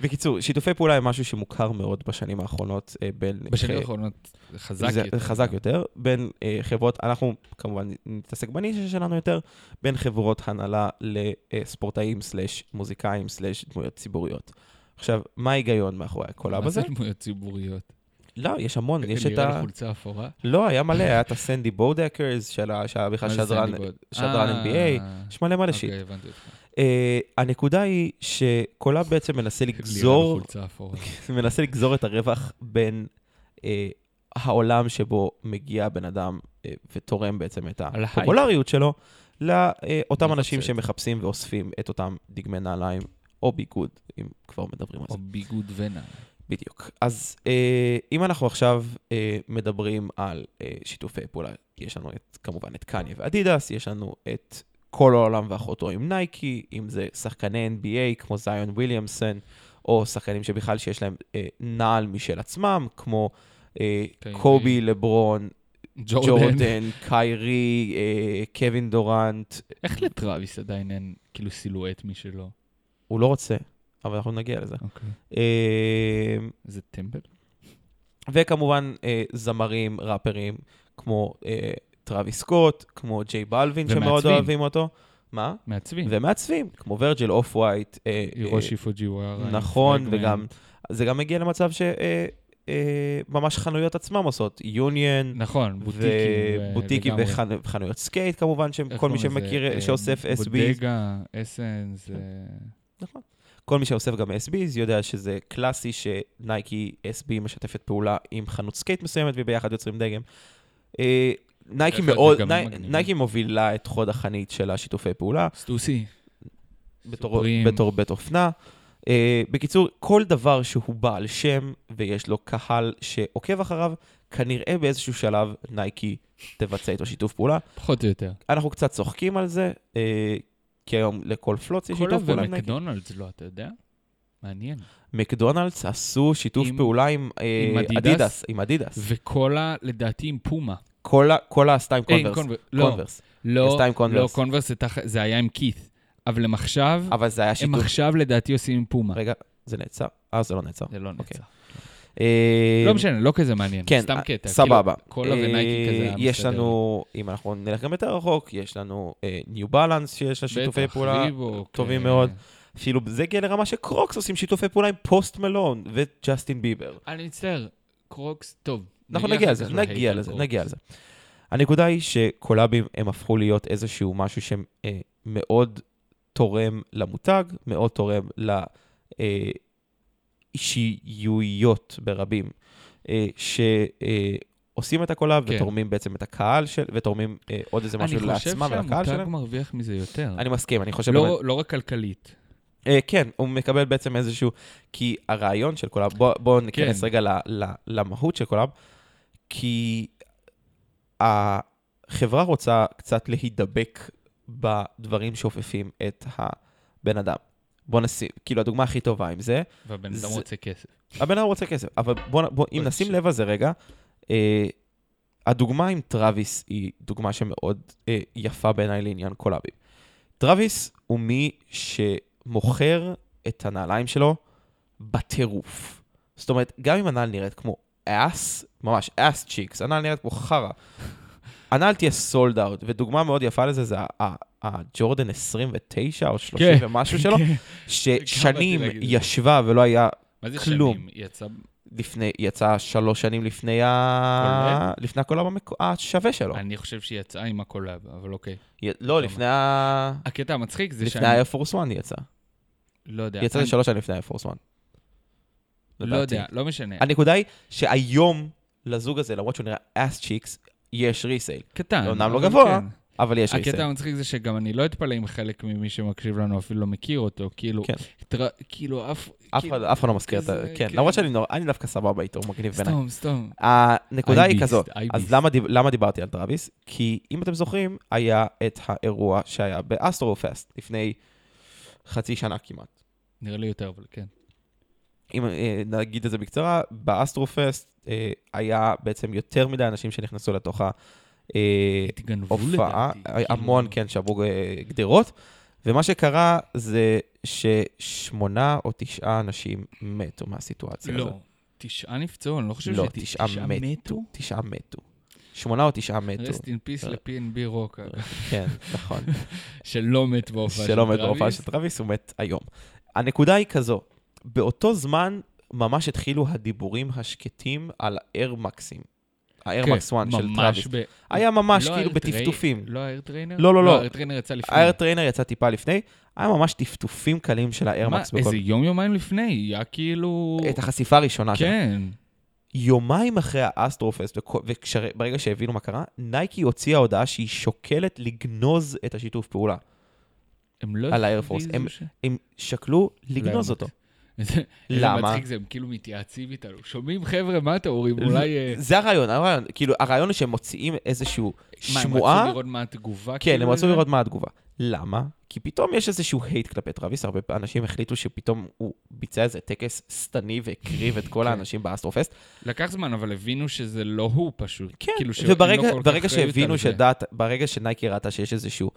בקיצור, שיתופי פעולה הם משהו שמוכר מאוד בשנים האחרונות אה, בין... בשנים אה, האחרונות זה חזק זה יותר. חזק יותר, בין אה, חברות, אנחנו כמובן נתעסק בנישה שלנו יותר, בין חברות הנהלה לספורטאים סלאש מוזיקאים סלאש דמויות ציבוריות. עכשיו, מה ההיגיון מאחורי הקולאב מה זה הזה? דמויות ציבוריות? לא, יש המון, יש את נראה ה... לי חולצה אפורה. לא, היה מלא, היה את הסנדי בודקרס, שהיה שהיה בכלל מה זה שדרן, סנדי בוד? שדרן אה, NBA, יש מלא מלא שיט. אוקיי, הבנתי אותך. אה, הנקודה היא שקולאב בעצם מנסה לירן לגזור חולצה אפורה. מנסה לגזור את הרווח בין אה, העולם שבו מגיע הבן אדם אה, ותורם בעצם את על ההייפ. הפופולריות שלו, לאותם אני אנשים רוצה את זה. שמחפשים ואוספים את אותם דגמי נעליים, או ביגוד, אם כבר מדברים על או זה. ביגוד ונה. בדיוק. אז אה, אם אנחנו עכשיו אה, מדברים על אה, שיתופי פעולה, יש לנו את, כמובן את קניה ואדידס, יש לנו את כל העולם ואחותו עם נייקי, אם זה שחקני NBA כמו זיון וויליאמסון, או שחקנים שבכלל שיש להם אה, נעל משל עצמם, כמו אה, קיירי. קובי, לברון, ג'ורדן. ג'ורדן, קיירי, אה, קווין דורנט, איך לטראביס עדיין אין כאילו סילואט משלו? הוא לא רוצה, אבל אנחנו נגיע לזה. אוקיי. אה, זה טמבל? וכמובן אה, זמרים, ראפרים, כמו אה, טרוויס סקוט, כמו ג'יי בלווין, שמאוד ומעצבים. כן. אוהבים אותו. מה? מעצבים. ומעצבים, כמו ורג'יל, אוף ווייט. אה, אה, הירושי פוג'יווארה. נכון, פרגמן. וגם זה גם מגיע למצב שממש אה, אה, ממש חנויות עצמם עושות, יוניון, נכון, בוטיקים. ו- ובוטיקים לגמרי. וחנ- וחנויות סקייט כמובן, איך שכל מי קוראים לזה? שמכיר, אה, שאוסף SB, בודגה, אסנס. אה, כל מי שאוסף גם SBs יודע שזה קלאסי שנייקי SB משתפת פעולה עם חנות סקייט מסוימת וביחד יוצרים דגם. אה, נייקי דרך אגב, מאוד, גם ני- מגניבים. נייקי מובילה את חוד החנית של השיתופי פעולה. סטוסי. בתור, סופרים. בתור בית אופנה. אה, בקיצור, כל דבר שהוא בעל שם ויש לו קהל שעוקב אחריו, כנראה באיזשהו שלב נייקי תבצע איתו שיתוף פעולה. פחות או יותר. אנחנו קצת צוחקים על זה, אה, כי היום לכל פלוץ יש קולה שיתוף פעולה עם נייקי. ומקדונלדס לא, אתה יודע? מעניין. מקדונלדס עשו שיתוף עם- פעולה עם, אה, עם אדידס? אדידס, עם אדידס. וקולה, לדעתי, עם פומה. קולה, קולה עשתה עם אה, עם קונברס. קונבר- לא, קונברס. לא, עשתה עם לא, קונברס. קונברס זה תח- זה היה עם כית'. אבל הם עכשיו, אבל זה היה הם שיתוף. עכשיו לדעתי עושים עם פומה. רגע, זה נעצר? אה, זה לא נעצר. זה לא אוקיי. נצח. אה, לא משנה, לא כזה מעניין. כן, סתם אה, קטע. סבבה. כאילו, קולה ונייקי כזה היה אה, יש בסדר. לנו, אם אנחנו נלך גם יותר רחוק, יש לנו אה, ניו בלנס שיש לה שיתופי בטח, פעולה ריבוק, טובים אה, מאוד. אפילו זה הגיע לרמה שקרוקס עושים שיתופי פעולה עם פוסט מלון וג'סטין ביבר. אני מצטער, קרוקס, טוב. אנחנו נכון, נגיע אחר לזה, כך להייט נגיע על לזה, קרוקס. נגיע לזה. הנקודה היא שקולאבים הם הפכו להיות איזשהו משהו שמאוד תורם למותג, מאוד תורם לאישיויות ברבים, אה, שעושים את הקולאב כן. ותורמים בעצם את הקהל של, ותורמים אה, עוד איזה משהו לעצמם אני ולקהל חושב שהמותג שלהם. מרוויח מזה יותר. אני מסכים, אני חושב... לא- באמת- לא רק כלכלית. אה, כן, הוא מקבל בעצם איזשהו... כי הרעיון של קולאב, בואו בוא ניכנס כן. רגע ל, ל, למהות של קולאב, כי החברה רוצה קצת להידבק בדברים שאופפים את הבן אדם. בוא נשים, כאילו הדוגמה הכי טובה עם זה, והבן זה- אדם רוצה כסף. הבן אדם רוצה כסף, אבל בוא, נ- בוא אם בוא נשים נקשיב. לב לזה רגע, אה, הדוגמה עם טראביס היא דוגמה שמאוד אה, יפה בעיניי לעניין קולאבים. טראביס הוא מי שמוכר את הנעליים שלו בטירוף. זאת אומרת, גם אם הנעל נראית כמו אס, ממש אס צ'יקס, הנעל נראית כמו חרא. הנעל תהיה סולד אאוט, ודוגמה מאוד יפה לזה זה ה- ה- הג'ורדן 29 או 30 כן. ומשהו שלו, ששנים להגיד את זה. ישבה ולא היה מה זה כלום. שנים? יצא... לפני, יצא שלוש שנים לפני ה... לפני הקולאב המקו- השווה שלו. אני חושב שהיא יצאה עם הקולאב, אבל אוקיי. י- לא, לפני ה... הקטע המצחיק זה שאני... לפני ה-Air Force One היא יצאה. לא יודע. היא יצאה אני- זה שלוש שנים לפני ה-Air Force One. לא יודע, לא משנה. הנקודה היא שהיום, לזוג הזה, למרות שהוא נראה אס צ'יקס, יש ריסייל. קטן. אומנם לא אבל גבוה, כן. אבל יש ריסייל. הקטע המצחיק זה שגם אני לא אתפלא אם חלק ממי שמקשיב לנו אפילו לא מכיר אותו, כאילו, כן. תרא- כאילו אף, אף כאילו, אחד- אף אחד לא מזכיר את ה... כזה, כן, כן. למרות שאני נורא- אני דווקא סבבה איתו, הוא מגניב בעיניי. אה, סתום, סתום. הנקודה I היא beast, כזאת, I אז beast. למה, דיב, למה דיברתי על טראביס? כי אם אתם זוכרים, היה את האירוע שהיה באסטרו-פסט לפני חצי שנה כמעט. נראה לי יותר, אבל כן. אם אה, נגיד את זה בקצרה, באסטרו-פסט אה, היה בעצם יותר מדי אנשים שנכנסו לתוך התגנבו לדעתי. ההופעה, כאילו. אה, המון, כן, שעברו אה, גדרות, ומה שקרה זה ששמונה או תשעה אנשים מתו מהסיטואציה הזאת. לא, תשעה נפצעו, אני לא חושב לא, שת- תשעה מתו. תשעה מתו. שמונה או תשעה מתו. רסט אין פיס אה. ל-P&B רוק, כן, נכון. אה, שלא מת בהופעה של שלא מת בהופעה טראביס. של טרוויס, הוא מת היום. הנקודה היא כזו, באותו זמן ממש התחילו הדיבורים השקטים על האיירמקסים. האיירמקס 1 של כן, ממש טרוויס. ב- היה ממש לא כאילו האיר טריי- בטפטופים. לא האיר טריינר? לא, לא, לא. האיר טריינר יצא לפני. האיירטריינר יצא טיפה לפני, היה ממש טפטופים קלים של מה, האיירמקס. איזה יום יומיים לפני, היה כאילו... את החשיפה הראשונה שלו. כן. יומיים אחרי האסטרופסט, וברגע שהבינו מה קרה, נייקי הוציאה הודעה שהיא שוקלת לגנוז את השיתוף פעולה. הם לא... על האייר פורס. הכריזו הם- ש- לא, הם שקלו לגנוז אותו. איזה איזה למה? מצחיק זה, הם כאילו מתייעצים איתנו. שומעים, חבר'ה, מה אתם אומרים? אולי... אה, זה הרעיון, הרעיון, כאילו, הרעיון הוא שהם מוציאים איזשהו מה, הם שמועה. רצו לראות מה התגובה? כן, כאילו הם רצו לזה? לראות מה התגובה. למה? כי פתאום יש איזשהו הייט כלפי טרוויס, הרבה אנשים החליטו שפתאום הוא ביצע איזה טקס שטני והקריב את כל כן. האנשים באסטרופסט. לקח זמן, אבל הבינו שזה לא הוא פשוט. כן, כאילו שהם וברגע לא כל כך ברגע אחריות על שהבינו זה. שדעת, ברגע שנייקי ראתה שיש איזשהו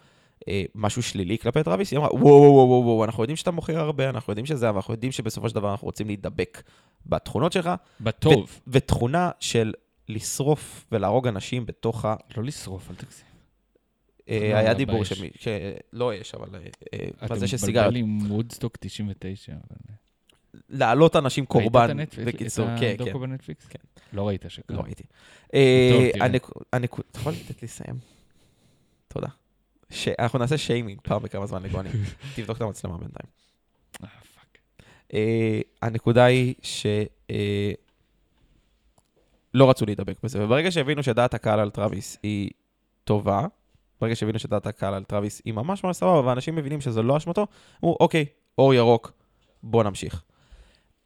אה, משהו שלילי כלפי טרוויס, היא אמרה, וואו, וואו, וואו, וואו, וואו, אנחנו יודעים שאתה מוכר הרבה, אנחנו יודעים שזה, אבל אנחנו יודעים שבסופו של דבר אנחנו רוצים להידבק בתכונות שלך, בטוב. ותכונה של לשרוף ולהרוג אנשים בתוך ה... לא לשרוף, אל תגזים. אה, לא, היה אבל דיבור יש. שמי, שלא יש, אבל אה, אה, מה אתם זה שסיגריות, מבלבלים עם וודסטוק 99. אבל- להעלות אנשים קורבן, ראית את הנטפליקס? בקיצור, כן, את כן, הדוקו בנטפליקס? כן. לא ראית שקרה. לא ראיתי. אה, תראה. הנק- הנק- אתה יכול לתת לי לסיים? תודה. ש- אנחנו נעשה שיימינג פעם בכמה זמן לגוני, תבדוק את המצלמה בינתיים. אה, פאק. אה, הנקודה היא ש... אה, לא רצו להידבק בזה, וברגע שהבינו שדעת הקהל על טראביס היא טובה, ברגע שהבינו שדעת הקהל על טראביס היא ממש ממש סבבה, ואנשים מבינים שזה לא אשמתו, אמרו, אוקיי, אור ירוק, בוא נמשיך.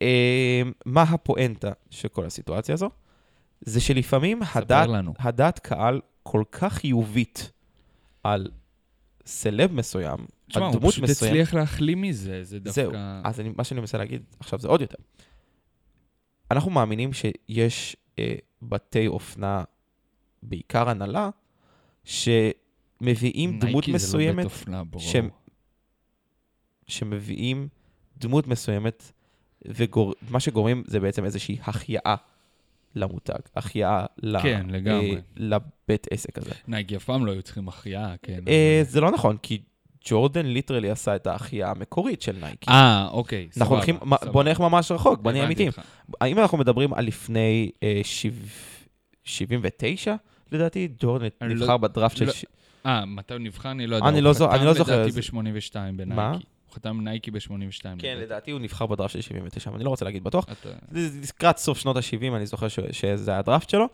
אה, מה הפואנטה של כל הסיטואציה הזו? זה שלפעמים ספר הדעת לנו. הדעת קהל כל כך חיובית על סלב מסוים, תשמע, על הוא דמות פשוט מסוימת, הצליח להחלים מזה, זה דווקא... זהו, אז אני, מה שאני מנסה להגיד עכשיו זה עוד יותר. אנחנו מאמינים שיש אה, בתי אופנה, בעיקר הנהלה, שמביאים דמות נייקי זה לא מסוימת, בית אופנה, ברור. ש- שמביאים דמות מסוימת, ומה שגורמים זה בעצם איזושהי החייאה למותג, החייאה ל- כן, לגמרי. אה, לבית עסק הזה. נייק אף פעם לא היו צריכים החייאה, כן. אה, זה לא נכון, כי ג'ורדן ליטרלי עשה את ההחייאה המקורית של נייקי. אה, אוקיי, סבבה. אנחנו הולכים, מה- סבבה. בוא נלך ממש רחוק, בוא נהיה הבנתי אמיתיים. אותך. האם אנחנו מדברים על לפני אה, שבע- 79, לדעתי, ג'ורדן אני לא- נבחר בדראפט של... לא- ש- אה, מתי הוא נבחר? אני לא יודע. אני הוא לא זו- אני לא זוכר חתם את זה. לדעתי ב-82 בנייקי. מה? הוא חתם נייקי ב-82. כן, לדעתי הוא נבחר בדראפט של 79, אבל אני לא רוצה להגיד בטוח. אתה... זה- זה לקראת סוף שנות ה-70, אני זוכר ש- שזה היה הדראפט שלו.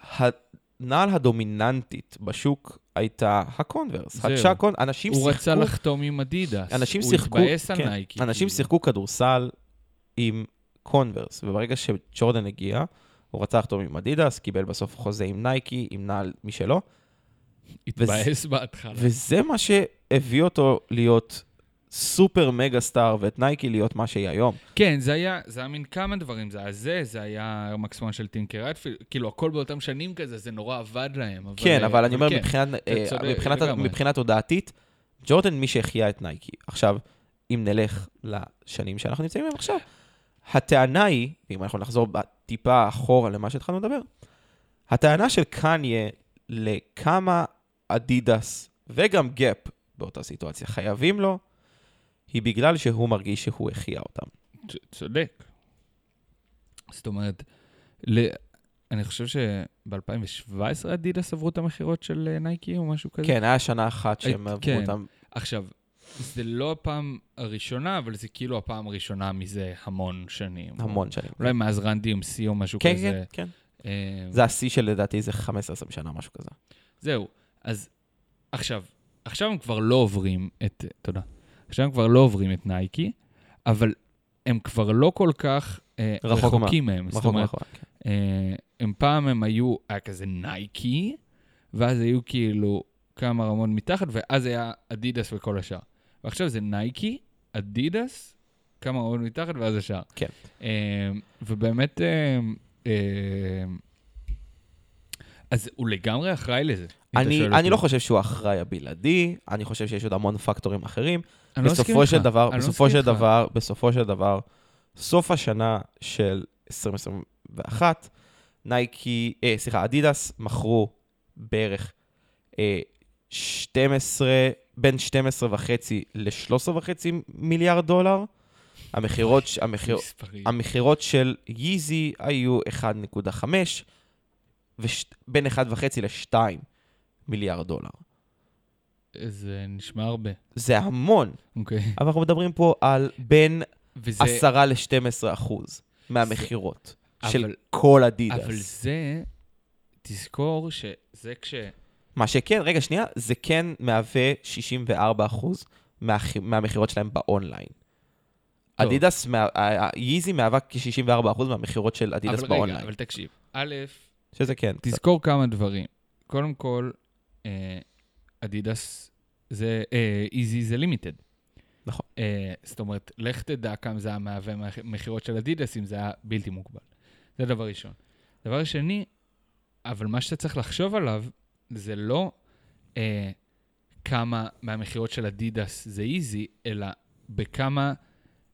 הנעל הדומיננטית בשוק הייתה הקונברס. זהו. חדשה קונברס, אנשים הוא רצה שיחקו לחתום עם אדידס. אנשים הוא שיחקו- התבאס על כן, נייקי. אנשים כאילו. שיחקו כדורסל עם קונברס, וברגע שג'ורדן הגיע, הוא רצה לחתום עם אדידס, קיבל בסוף חוזה עם נייקי, עם נעל משלו, התבאס בהתחלה. וזה מה שהביא אותו להיות סופר מגה סטאר, ואת נייקי להיות מה שהיא היום. כן, זה היה, זה היה מין כמה דברים, זה היה זה, זה היה מקסומן של טינקר אטפילד, כאילו הכל באותם שנים כזה, זה נורא עבד להם. אבל, כן, אבל אני אומר, כן. מבחינת- אה, צודק מבחינת- לגמרי. מבחינה תודעתית, ג'ורדן מי שהחיה את נייקי. עכשיו, אם נלך לשנים שאנחנו נמצאים בהם עכשיו, הטענה היא, ואם אנחנו נחזור ב- טיפה אחורה למה שהתחלנו לדבר, הטענה של קניה לכמה אדידס וגם גאפ באותה סיטואציה חייבים לו, היא בגלל שהוא מרגיש שהוא החיה אותם. צ- צודק. זאת אומרת, ל... אני חושב שב-2017 אדידס עברו את המכירות של אה, נייקי או משהו כזה. כן, היה שנה אחת שהם אה, עברו כן. אותם. עכשיו, זה לא הפעם הראשונה, אבל זה כאילו הפעם הראשונה מזה המון שנים. המון שנים. אולי מאז רן DMC או משהו כן, כזה. כן, כן. אה, זה השיא של לדעתי זה 15-20 שנה, משהו כזה. זהו, אז עכשיו, עכשיו הם כבר לא עוברים את, תודה, עכשיו הם כבר לא עוברים את נייקי, אבל הם כבר לא כל כך אה, רחוק רחוקים מהם. זאת רחוק אומרת, מאחורה. כן. אה, הם פעם הם היו, היה כזה נייקי, ואז היו כאילו כמה רמות מתחת, ואז היה אדידס וכל השאר. ועכשיו זה נייקי, אדידס, כמה רמות מתחת, ואז השאר. כן. אה, ובאמת, אה, אה, אז הוא לגמרי אחראי לזה. אם אתה אני, שואל אני אותי. לא חושב שהוא האחראי הבלעדי, אני חושב שיש עוד המון פקטורים אחרים. אני לא מסכים בסופו איתך, של דבר, אני לא בסופו מסכים של איתך. דבר, בסופו של דבר, סוף השנה של 2021, נייקי, אה, סליחה, אדידס מכרו בערך אה, 12, בין 12 וחצי ל-13 וחצי מיליארד דולר. המכירות, ש- המכיר, מספרים. המכירות של ייזי היו 1.5, ובין 1.5 ל-2 מיליארד דולר. זה נשמע הרבה, זה המון, אוקיי. אבל אנחנו מדברים פה על בין וזה... 10 ל-12 אחוז מהמכירות אבל- של כל אבל אדידס. זה, תזכור שזה כש... מה שכן, רגע, שנייה, זה כן מהווה 64 אחוז מהמכירות שלהם באונליין. טוב. אדידס, מה- ה- ה- ייזי מהווה כ-64 אחוז מהמכירות של אדידס אבל רגע, באונליין. אבל תקשיב, א', שזה כן, קצת. תזכור כמה דברים. קודם כל, אה, אדידס זה, אה, איזי זה לימיטד. נכון. אה, זאת אומרת, לך תדע כמה זה היה מהווה מכירות של אדידס, אם זה היה בלתי מוגבל. זה דבר ראשון. דבר שני, אבל מה שאתה צריך לחשוב עליו, זה לא אה, כמה מהמכירות של אדידס זה איזי, אלא בכמה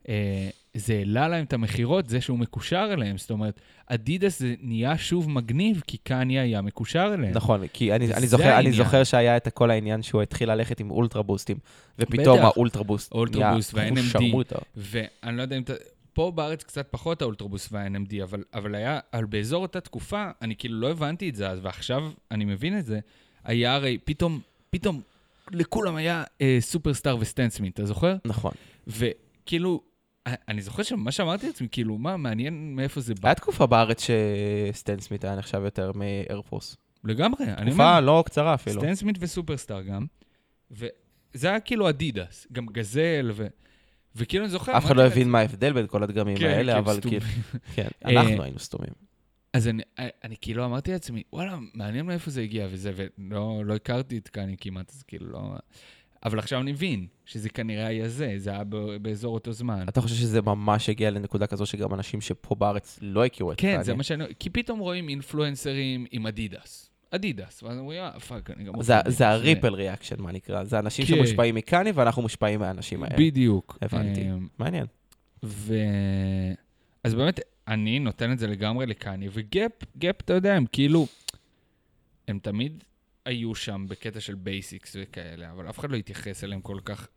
אה, זה העלה להם את המכירות, זה שהוא מקושר אליהם. זאת אומרת, אדידס זה נהיה שוב מגניב, כי קניה היה מקושר אליהם. נכון, כי אני, וזה אני, זוכר, אני העניין. זוכר שהיה את כל העניין שהוא התחיל ללכת עם אולטרה בוסטים, ופתאום בטח. האולטרה בוסט אולטרבוסט נהיה וה-NMD. שרמוטה. ואני לא יודע אם אתה... פה בארץ קצת פחות האולטרובוס וה-NMD, אבל, אבל היה, אבל באזור אותה תקופה, אני כאילו לא הבנתי את זה אז, ועכשיו אני מבין את זה, היה הרי פתאום, פתאום לכולם היה אה, סופרסטאר וסטנסמין, אתה זוכר? נכון. וכאילו, אה, אני זוכר שמה שאמרתי לעצמי, כאילו, מה, מעניין מאיפה זה בא. היה תקופה בארץ שסטן סמית היה נחשב יותר מאיירפורס. לגמרי, אני אומר, תקופה לא קצרה אפילו. סטן סמית וסופרסטאר גם, וזה היה כאילו אדידס, גם גזל, ו... וכאילו אני זוכר... אף אחד לא אמרתי הבין מה ההבדל בין כל הדגמים לעצמי- כן, האלה, כן, אבל סתום. כאילו... כן, אה, אנחנו היינו סתומים. אז אני, אני כאילו אמרתי לעצמי, וואלה, מעניין מאיפה זה הגיע וזה, ולא לא הכרתי את קני כמעט, אז כאילו לא... אבל עכשיו אני מבין שזה כנראה היה זה, זה היה ב- באזור אותו זמן. אתה חושב שזה ממש הגיע לנקודה כזו שגם אנשים שפה בארץ לא הכירו את כן, זה קניה? מה שאני... כי פתאום רואים אינפלואנסרים עם אדידס. אדידס. ואז אומרים, אה, פאק, אני גם... זה, רוצה זה אדידס." הריפל ריאקשן, מה נקרא. זה אנשים כן. שמושפעים מקני ואנחנו מושפעים מהאנשים האלה. בדיוק. הבנתי. אמ, מעניין. ו... אז באמת, אני נותן את זה לגמרי לקני, וגאפ, גאפ, אתה יודע, הם כאילו... הם תמיד היו שם בקטע של בייסיקס וכאלה, אבל אף אחד לא התייחס אליהם כל כך.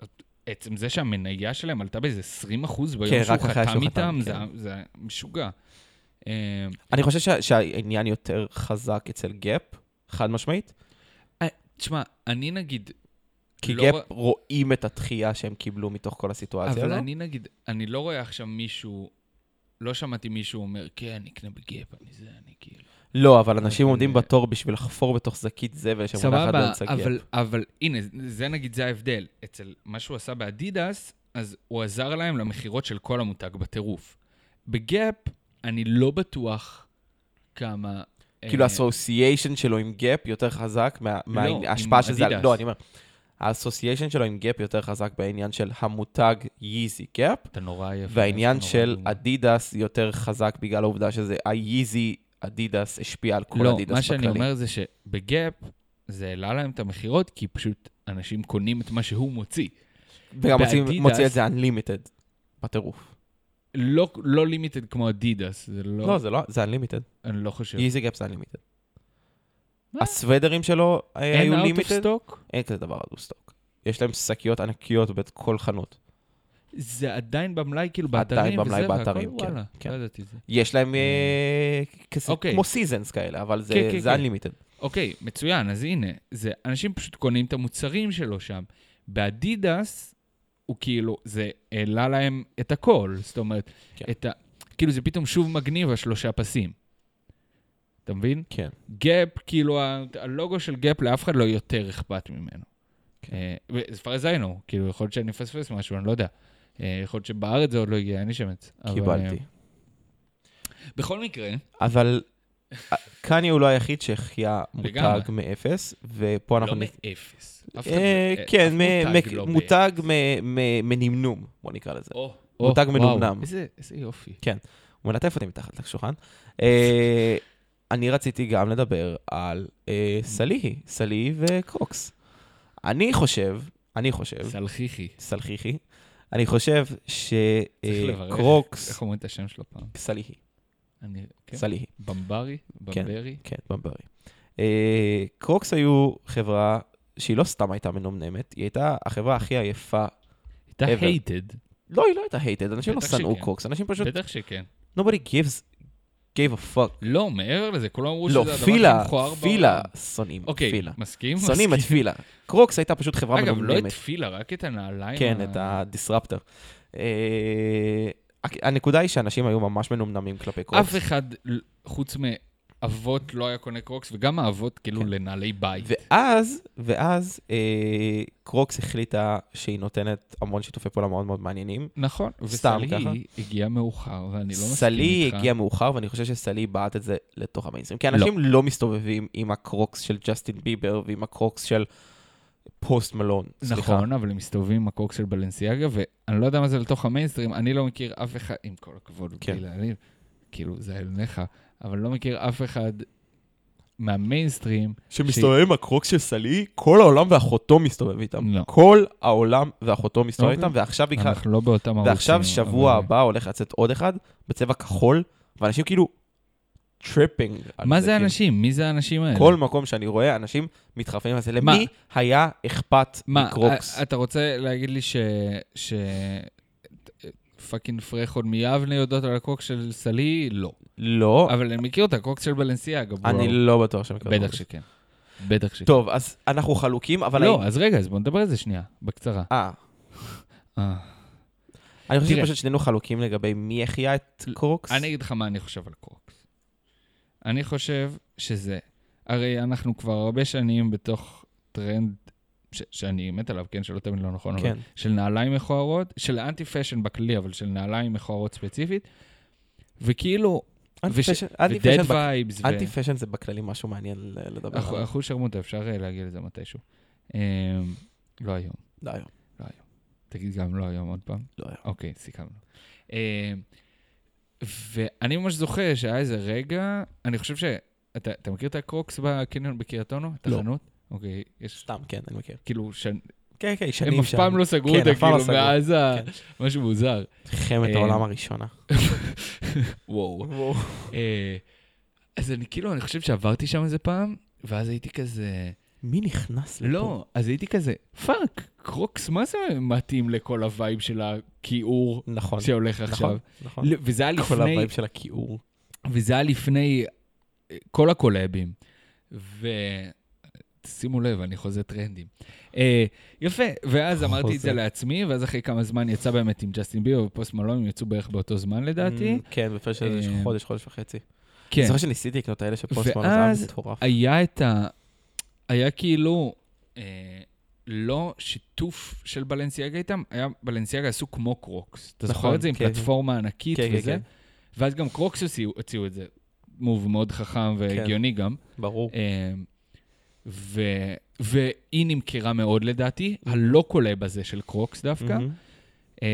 עצם זה שהמניה שלהם עלתה באיזה 20 אחוז ביום כן, שהוא רק אחרי חתם שהוא חתם, איתם, זה, כן. זה משוגע. אמ, אני חושב שה, שהעניין יותר חזק אצל גאפ, חד משמעית. תשמע, אני נגיד, כי לא גאפ ר- רואים את התחייה שהם קיבלו מתוך כל הסיטואציה אבל הזו. אני נגיד, אני לא רואה עכשיו מישהו, לא שמעתי מישהו אומר, כן, אני אקנה בגאפ, אני זה, אני כאילו... לא, אבל אנשים אבל- עומדים בתור בשביל לחפור בתוך שקית זבל שמונחת סבבה, באמצע גאפ. אבל, אבל הנה, זה נגיד, זה ההבדל. אצל מה שהוא עשה באדידס, אז הוא עזר להם למכירות של כל המותג בטירוף. בגאפ, אני לא בטוח כמה... כאילו אה, האסוסיישן שלו עם גאפ יותר חזק מה- לא, מההשפעה עם של זה. על- אדידס. לא, אני אומר, האסוסיישן שלו עם גאפ יותר חזק בעניין של המותג ייזי גאפ, אתה נורא יפה. והעניין אתה נורא של דוגמה. אדידס יותר חזק בגלל העובדה שזה הייזי אדידס השפיע על כל לא, אדידס מה שאני בכללי. אומר זה שבגאפ, זה העלה להם את המכירות, כי פשוט אנשים קונים את מה שהוא מוציא. וגם מוצאים- באדידס- מוציא את זה Unlimited, בטירוף. לא, לא לימיטד כמו אדידס, זה לא... לא, זה לא, זה Unlimited. אני לא חושב. ייזי גאפ זה Unlimited. מה? הסוודרים שלו אה, אין היו out of Limited? stock? אין כזה דבר אדוסטוק. יש להם שקיות ענקיות בכל חנות. זה עדיין במלאי, כאילו עדיין באתרים, במלאי וזה, באתרים, והכל, כן, וואלה, כן. לא ידעתי את זה. יש להם אה, כזה, אוקיי. כמו סיזנס כאלה, אבל זה, כן, כן, זה כן. Unlimited. אוקיי, מצוין, אז הנה, זה, אנשים פשוט קונים את המוצרים שלו שם. באדידס, הוא כאילו, זה העלה להם את הכל, זאת אומרת, כן. את ה... כאילו זה פתאום שוב מגניב, השלושה פסים. אתה מבין? כן. גאפ, כאילו, ה- הלוגו של גאפ, לאף אחד לא יותר אכפת ממנו. כן. אה, ו- as far as I know, כאילו, יכול להיות שאני מפספס משהו, אני לא יודע. אה, יכול להיות שבארץ זה עוד לא הגיע, אין לי שמץ. אבל, קיבלתי. אה, בכל מקרה, אבל אה, קניה הוא לא היחיד שהחייה מותג לגמרי. מאפס, ופה אנחנו... לא נ- מאפס. אף אחד- אה, אה, כן, אף מ- מותג מ- לא מותג מ- מ- מנמנום, בוא נקרא לזה. או, מותג וואו, מנומנם. איזה איזה יופי. הוא מלטף אותי מתחת לשולחן. אה, אני רציתי גם לדבר על אה, סליהי, סליהי וקרוקס. אני חושב, אני חושב, סלחיחי. סלחיחי, אני חושב אה, צריך לברך. שקרוקס, איך אומרים את השם שלו פעם? סליהי, אני... כן? סליהי. במברי? במברי? כן, במברי. אה, קרוקס היו חברה שהיא לא סתם הייתה מנומנמת, היא הייתה החברה הכי עייפה. הייתה ever. hated. לא, היא לא הייתה hated, אנשים לא בטח שנאו שכן. קרוקס, אנשים פשוט, בטח שכן. nobody gives, gave a fuck. לא, מעבר לזה, כולם אמרו שזה לא, הדבר הכי פילה, מכוער בעולם. פילה, שונאים, אוקיי, פילה. מסכים? שונאים את מסכים. פילה. קרוקס הייתה פשוט חברה אגב, לא את מנומנמת. פילה, רק את הנעליים. כן, ה- את הדיסרפטר. אה, הנקודה היא שאנשים היו ממש מנומנמים כלפי קרוקס. אף אחד, ל- חוץ מאבות, לא היה קונה קרוקס, וגם האבות, כאילו, כן. לנעלי בית. ואז, ואז אה, קרוקס החליטה שהיא נותנת המון שיתופי פעולה מאוד מאוד מעניינים. נכון, סתם ככה. וסלי הגיע מאוחר, ואני לא מסכים איתך. סלי הגיע מאוחר, ואני חושב שסלי בעט את זה לתוך המיינסטרים. כי אנשים לא. לא מסתובבים עם הקרוקס של ג'סטין ביבר ועם הקרוקס של פוסט מלון. סליחה. נכון, אבל הם מסתובבים עם הקוק של בלנסיאגה, ואני לא יודע מה זה לתוך המיינסטרים, אני לא מכיר אף אחד, עם כל הכבוד, כן. כן. אני, כאילו, זה עיניך, אבל לא מכיר אף אחד מהמיינסטרים, שמסתובב עם הקרוקס של סלי, כל העולם ואחותו מסתובב איתם. לא. כל העולם ואחותו מסתובב אוקיי. איתם, ועכשיו בכלל- אנחנו לא באותם ערוצים. ועכשיו שבוע אבל- הבא הולך לצאת עוד אחד בצבע כחול, ואנשים כאילו טריפינג. על מה זה כאילו. האנשים? מי זה האנשים האלה? כל מקום שאני רואה, אנשים מתחרפנים על זה. מה? למי היה אכפת מה, אה, מקרוקס? א- אתה רוצה להגיד לי ש... ש... פאקינג פרחות מיבנה יודעות על הקוק של סלי? לא. לא, אבל אני מכיר את הקוק של בלנסיאגה, בואו. אני לא בטוח שהם בטח שכן. בטח שכן. טוב, אז אנחנו חלוקים, אבל... האם- לא, אז רגע, אז בואו נדבר על זה שנייה, בקצרה. אה, אה. אני חושב תראה. שפשוט שנינו חלוקים לגבי מי החייה את קרוקס. אני אגיד לך מה אני חושב על קרוקס. אני חושב שזה הרי אנחנו כבר הרבה שנים בתוך טרנד ש- שאני מת עליו, כן, שלא תמיד לא נכון, אבל כן. של נעליים מכוערות, של אנטי פאשן בכלי, אבל של נעליים מכוערות ספציפית, וכאילו, וש- ודד אנטי-פשן בק- וייבס, ו... נכון, אנטי-פשן זה בכללי משהו מעניין ל- לדבר אחו- עליו. אחוז שרמוטה, אפשר אה, להגיע לזה מתישהו. אמ, לא היום, לא היום. תגיד גם לא היום עוד פעם. לא היום. אוקיי, סיכמנו. אה, ואני ממש זוכר שהיה איזה רגע, אני חושב ש... אתה, אתה מכיר את הקרוקס בקניון בקריית אונו? את לא. החנות? אוקיי, יש סתם, כן, אני מכיר. כאילו, ש... כן, כן, שנים הם אף שם. פעם לא סגרו כן, אותה, אף פעם לא כאילו, סגרו. כן. מאז ה... משהו מוזר. מלחמת אה, העולם הראשונה. וואו. אה, אז אני כאילו, אני חושב שעברתי שם איזה פעם, ואז הייתי כזה... מי נכנס לפה? לא, אז הייתי כזה, פאק, קרוקס, מה זה מתאים לכל הווייב של הכיעור נכון. שהולך עכשיו? נכון, נכון. ל- וזה היה כל לפני, הווייב של הכיעור. וזה היה לפני אה, כל הקולאבים. ושימו לב, אני חוזה טרנדים. אה, יפה, ואז אמרתי את זה חוזה. לעצמי, ואז אחרי כמה זמן יצא באמת עם ג'סטין ביבר ופוסט מלון, הם יצאו בערך באותו זמן לדעתי. Mm, כן, בפרש של איזה אה, חודש, חודש וחצי. כן. אני זוכר שניסיתי לקנות את האלה של פוסטמן, זה ואז היה מטורף. היה את ה... היה כאילו אה, לא שיתוף של בלנסיאגה איתם, היה בלנסיאגה עשו כמו קרוקס. אתה זוכר נכון, את זה? עם כן. פלטפורמה ענקית כן, כן, וזה? כן. ואז גם קרוקס הוציאו הוציאו את זה. מוב מאוד חכם והגיוני כן. גם. ברור. אה, ו... והיא נמכרה מאוד לדעתי, הלא קולה בזה של קרוקס דווקא. מהמם. אה,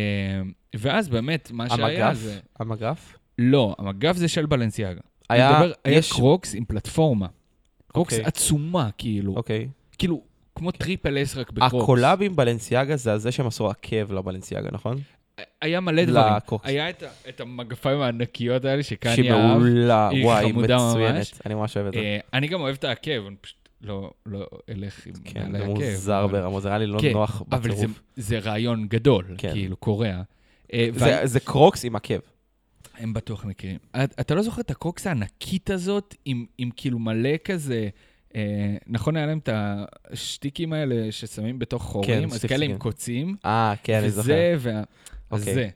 ואז באמת, מה שהיה המגף? זה... המגף? לא, המגף זה של בלנסיאגה. היה, היה, מדבר, היה יש, קרוקס עם פלטפורמה. קרוקס אוקיי. עצומה, כאילו. אוקיי. כאילו, כמו טריפל אס רק בקרוקס. הקולאב עם בלנסיאגה זה הזה שהם עשו עקב לבלנסיאגה, נכון? היה מלא דברים. לקרוקס. היה את, ה- את המגפיים הענקיות האלה שקניה שהיא אהב. מעולה, היא וואי, היא חמודה מצוינת. אני ממש אוהב את זה. אה, אני גם אוהב את העקב, אני פשוט לא, לא אלך עם כן, נעלי זה עקב. מוזר אבל- ברמות, זה נראה לי לא כן, נוח אבל זה, בטירוף. זה רעיון גדול, כן. כאילו, קורע. אה, זה- ואני- זה קרוקס עם עקב. הם בטוח מכירים. את- אתה לא זוכר את הקוקס הענקית הזאת, עם, עם כאילו מלא כזה... אה, נכון, היה להם את השטיקים האלה ששמים בתוך חורים, אז סטיק, כאלה כן. עם קוצים. אה, כן, אני זוכר. וזה, וה... אז אוקיי. זה.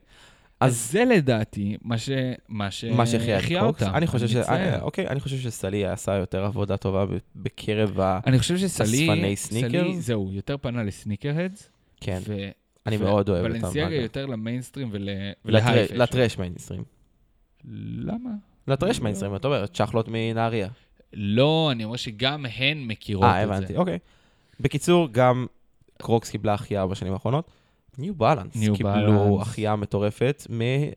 אז אז זה לדעתי מה ש... מה ש... מה שהחיה את קרוקס, אותם. אני חושב ש... מצטער. אה, אוקיי, אני חושב שסלי עשה יותר עבודה טובה ב- בקרב ה... אני חושב שסלי... אספני סלי, סניקרס? זהו, יותר פנה לסניקר-הדס. כן, ו... אני מאוד אוהב אותם. בלנסיאגה אגב. יותר למיינסטרים ול... לטרש- ולהייפ. לטרש מיינסטרים. למה? לטרש מיינסטרים, את אומרת, צ'חלות מנהריה. לא, אני אומר שגם הן מכירות אה, את זה. הבנתי, אוקיי. בקיצור, גם קרוקס קיבלה החייאה בשנים האחרונות. ניו בלנס New קיבלו Balance. החייאה מטורפת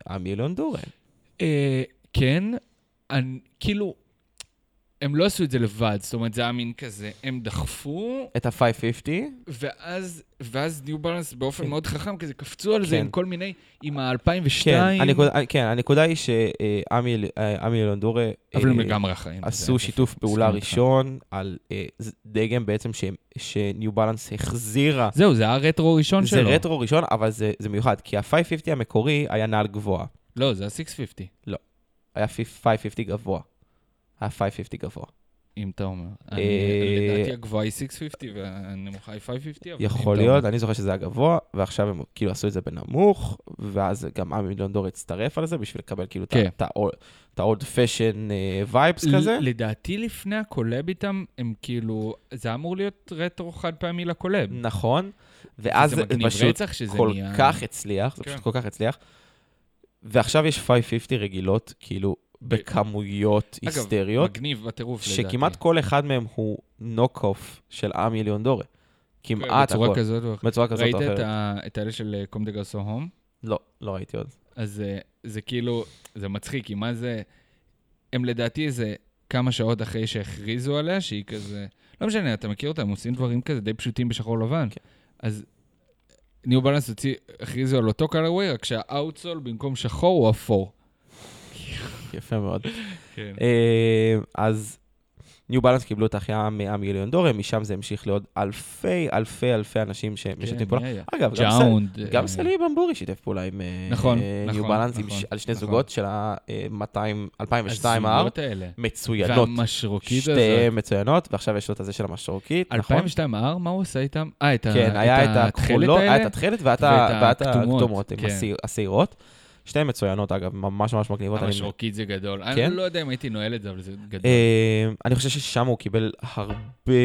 מהמיליון דורן. אה, כן, אני, כאילו, הם לא עשו את זה לבד, זאת אומרת, זה היה מין כזה, הם דחפו, את ה-550, ואז, ואז ניו בלנס באופן כן. מאוד חכם, כזה קפצו על זה כן. עם כל מיני, עם ה-2002. כן, הנקודה- כן, הנקודה היא שעמיליון דורה אבל הם אה, לגמרי אחראים. לזה, עשו אגב. שיתוף פעולה איתך. ראשון על אה, ז- דגם בעצם שהם- שניו בלנס החזירה. זהו, זה היה הרטרו הראשון זה שלו. רטרו ראשון, אבל זה זה מיוחד, כי ה-550 המקורי היה נעל גבוהה. לא, זה ה-650, היה 550 גבוה. היה 550 גבוה. אם אתה אומר. אני- אה, לדעתי הגבוהה היא 650 והנמוכה היא 550. אבל אם יכול אתה להיות, אומר. אני זוכר שזה היה גבוה, ועכשיו הם כאילו עשו את זה בנמוך, ואז גם עמי מיליון דור הצטרף על זה בשביל לקבל כאילו את ה- כן. את ה- את ה-old fashion וייבס כזה. ל- לדעתי לפני הקולאב איתם, הם כאילו, זה אמור להיות רטרו חד פעמי לקולאב. נכון, ואז זה זה מגניב פשוט רצח שזה כל נהיה... כך הצליח, זה כן. פשוט כל כך הצליח. ועכשיו יש 550 רגילות, כאילו, בכמויות אגב, היסטריות, מגניב בטירוף, לדעתי. כן, שכמעט כל אחד מהם הוא נוק אוף של עם מיליון דור. כמעט כן, בצורה הכל. כזאת או אחרת. בצורה כזאת ראית או את אחרת. ה- את האלה של אה, קום דה גרסו הום? לא, לא ראיתי עוד. אז אה, זה כאילו, זה מצחיק, כי מה זה... הם לדעתי איזה כמה שעות אחרי שהכריזו עליה, שהיא כזה... לא משנה, אתה מכיר אותם, עושים דברים כזה די פשוטים בשחור לבן. כן. אז ניו בלנס הוציא, הכריזו על אותו קלרווי, רק שהאוטסול במקום שחור הוא אפור. יפה מאוד. כן. אה, אז ניו בלנס קיבלו את ההחייאה 100 מיליון דולר, משם זה המשיך לעוד אלפי, אלפי, אלפי אנשים שמשתפים פעולה. מי היה? אגב, גם סל- ג'אונד. כן. אה, גם סלי במבורי שיתף פעולה עם אה, נכון, אה, ניו נכון, בלנס, עם נכון, ש- על שני נכון. זוגות של אה, ה-2002 R, הזוגות האלה. מצוינות. והמשרוקית הזאת. שתיהן מצוינות, ועכשיו יש לו את הזה של המשרוקית, נכון? 2002 R, מה הוא עשה איתם? אה, את ה- כן, היה את התכלת הכחולות, היה את האלה? התכלת ואת ואת ה- ואת הכתומות, הכתומות, עם כן. הסי- השעירות, שתי מצוינות, אגב, ממש ממש מגניבות. אבל אני- שרוקית זה גדול. כן? אני לא יודע אם הייתי נועל את זה, אבל זה גדול. אה, אני חושב ששם הוא קיבל הרבה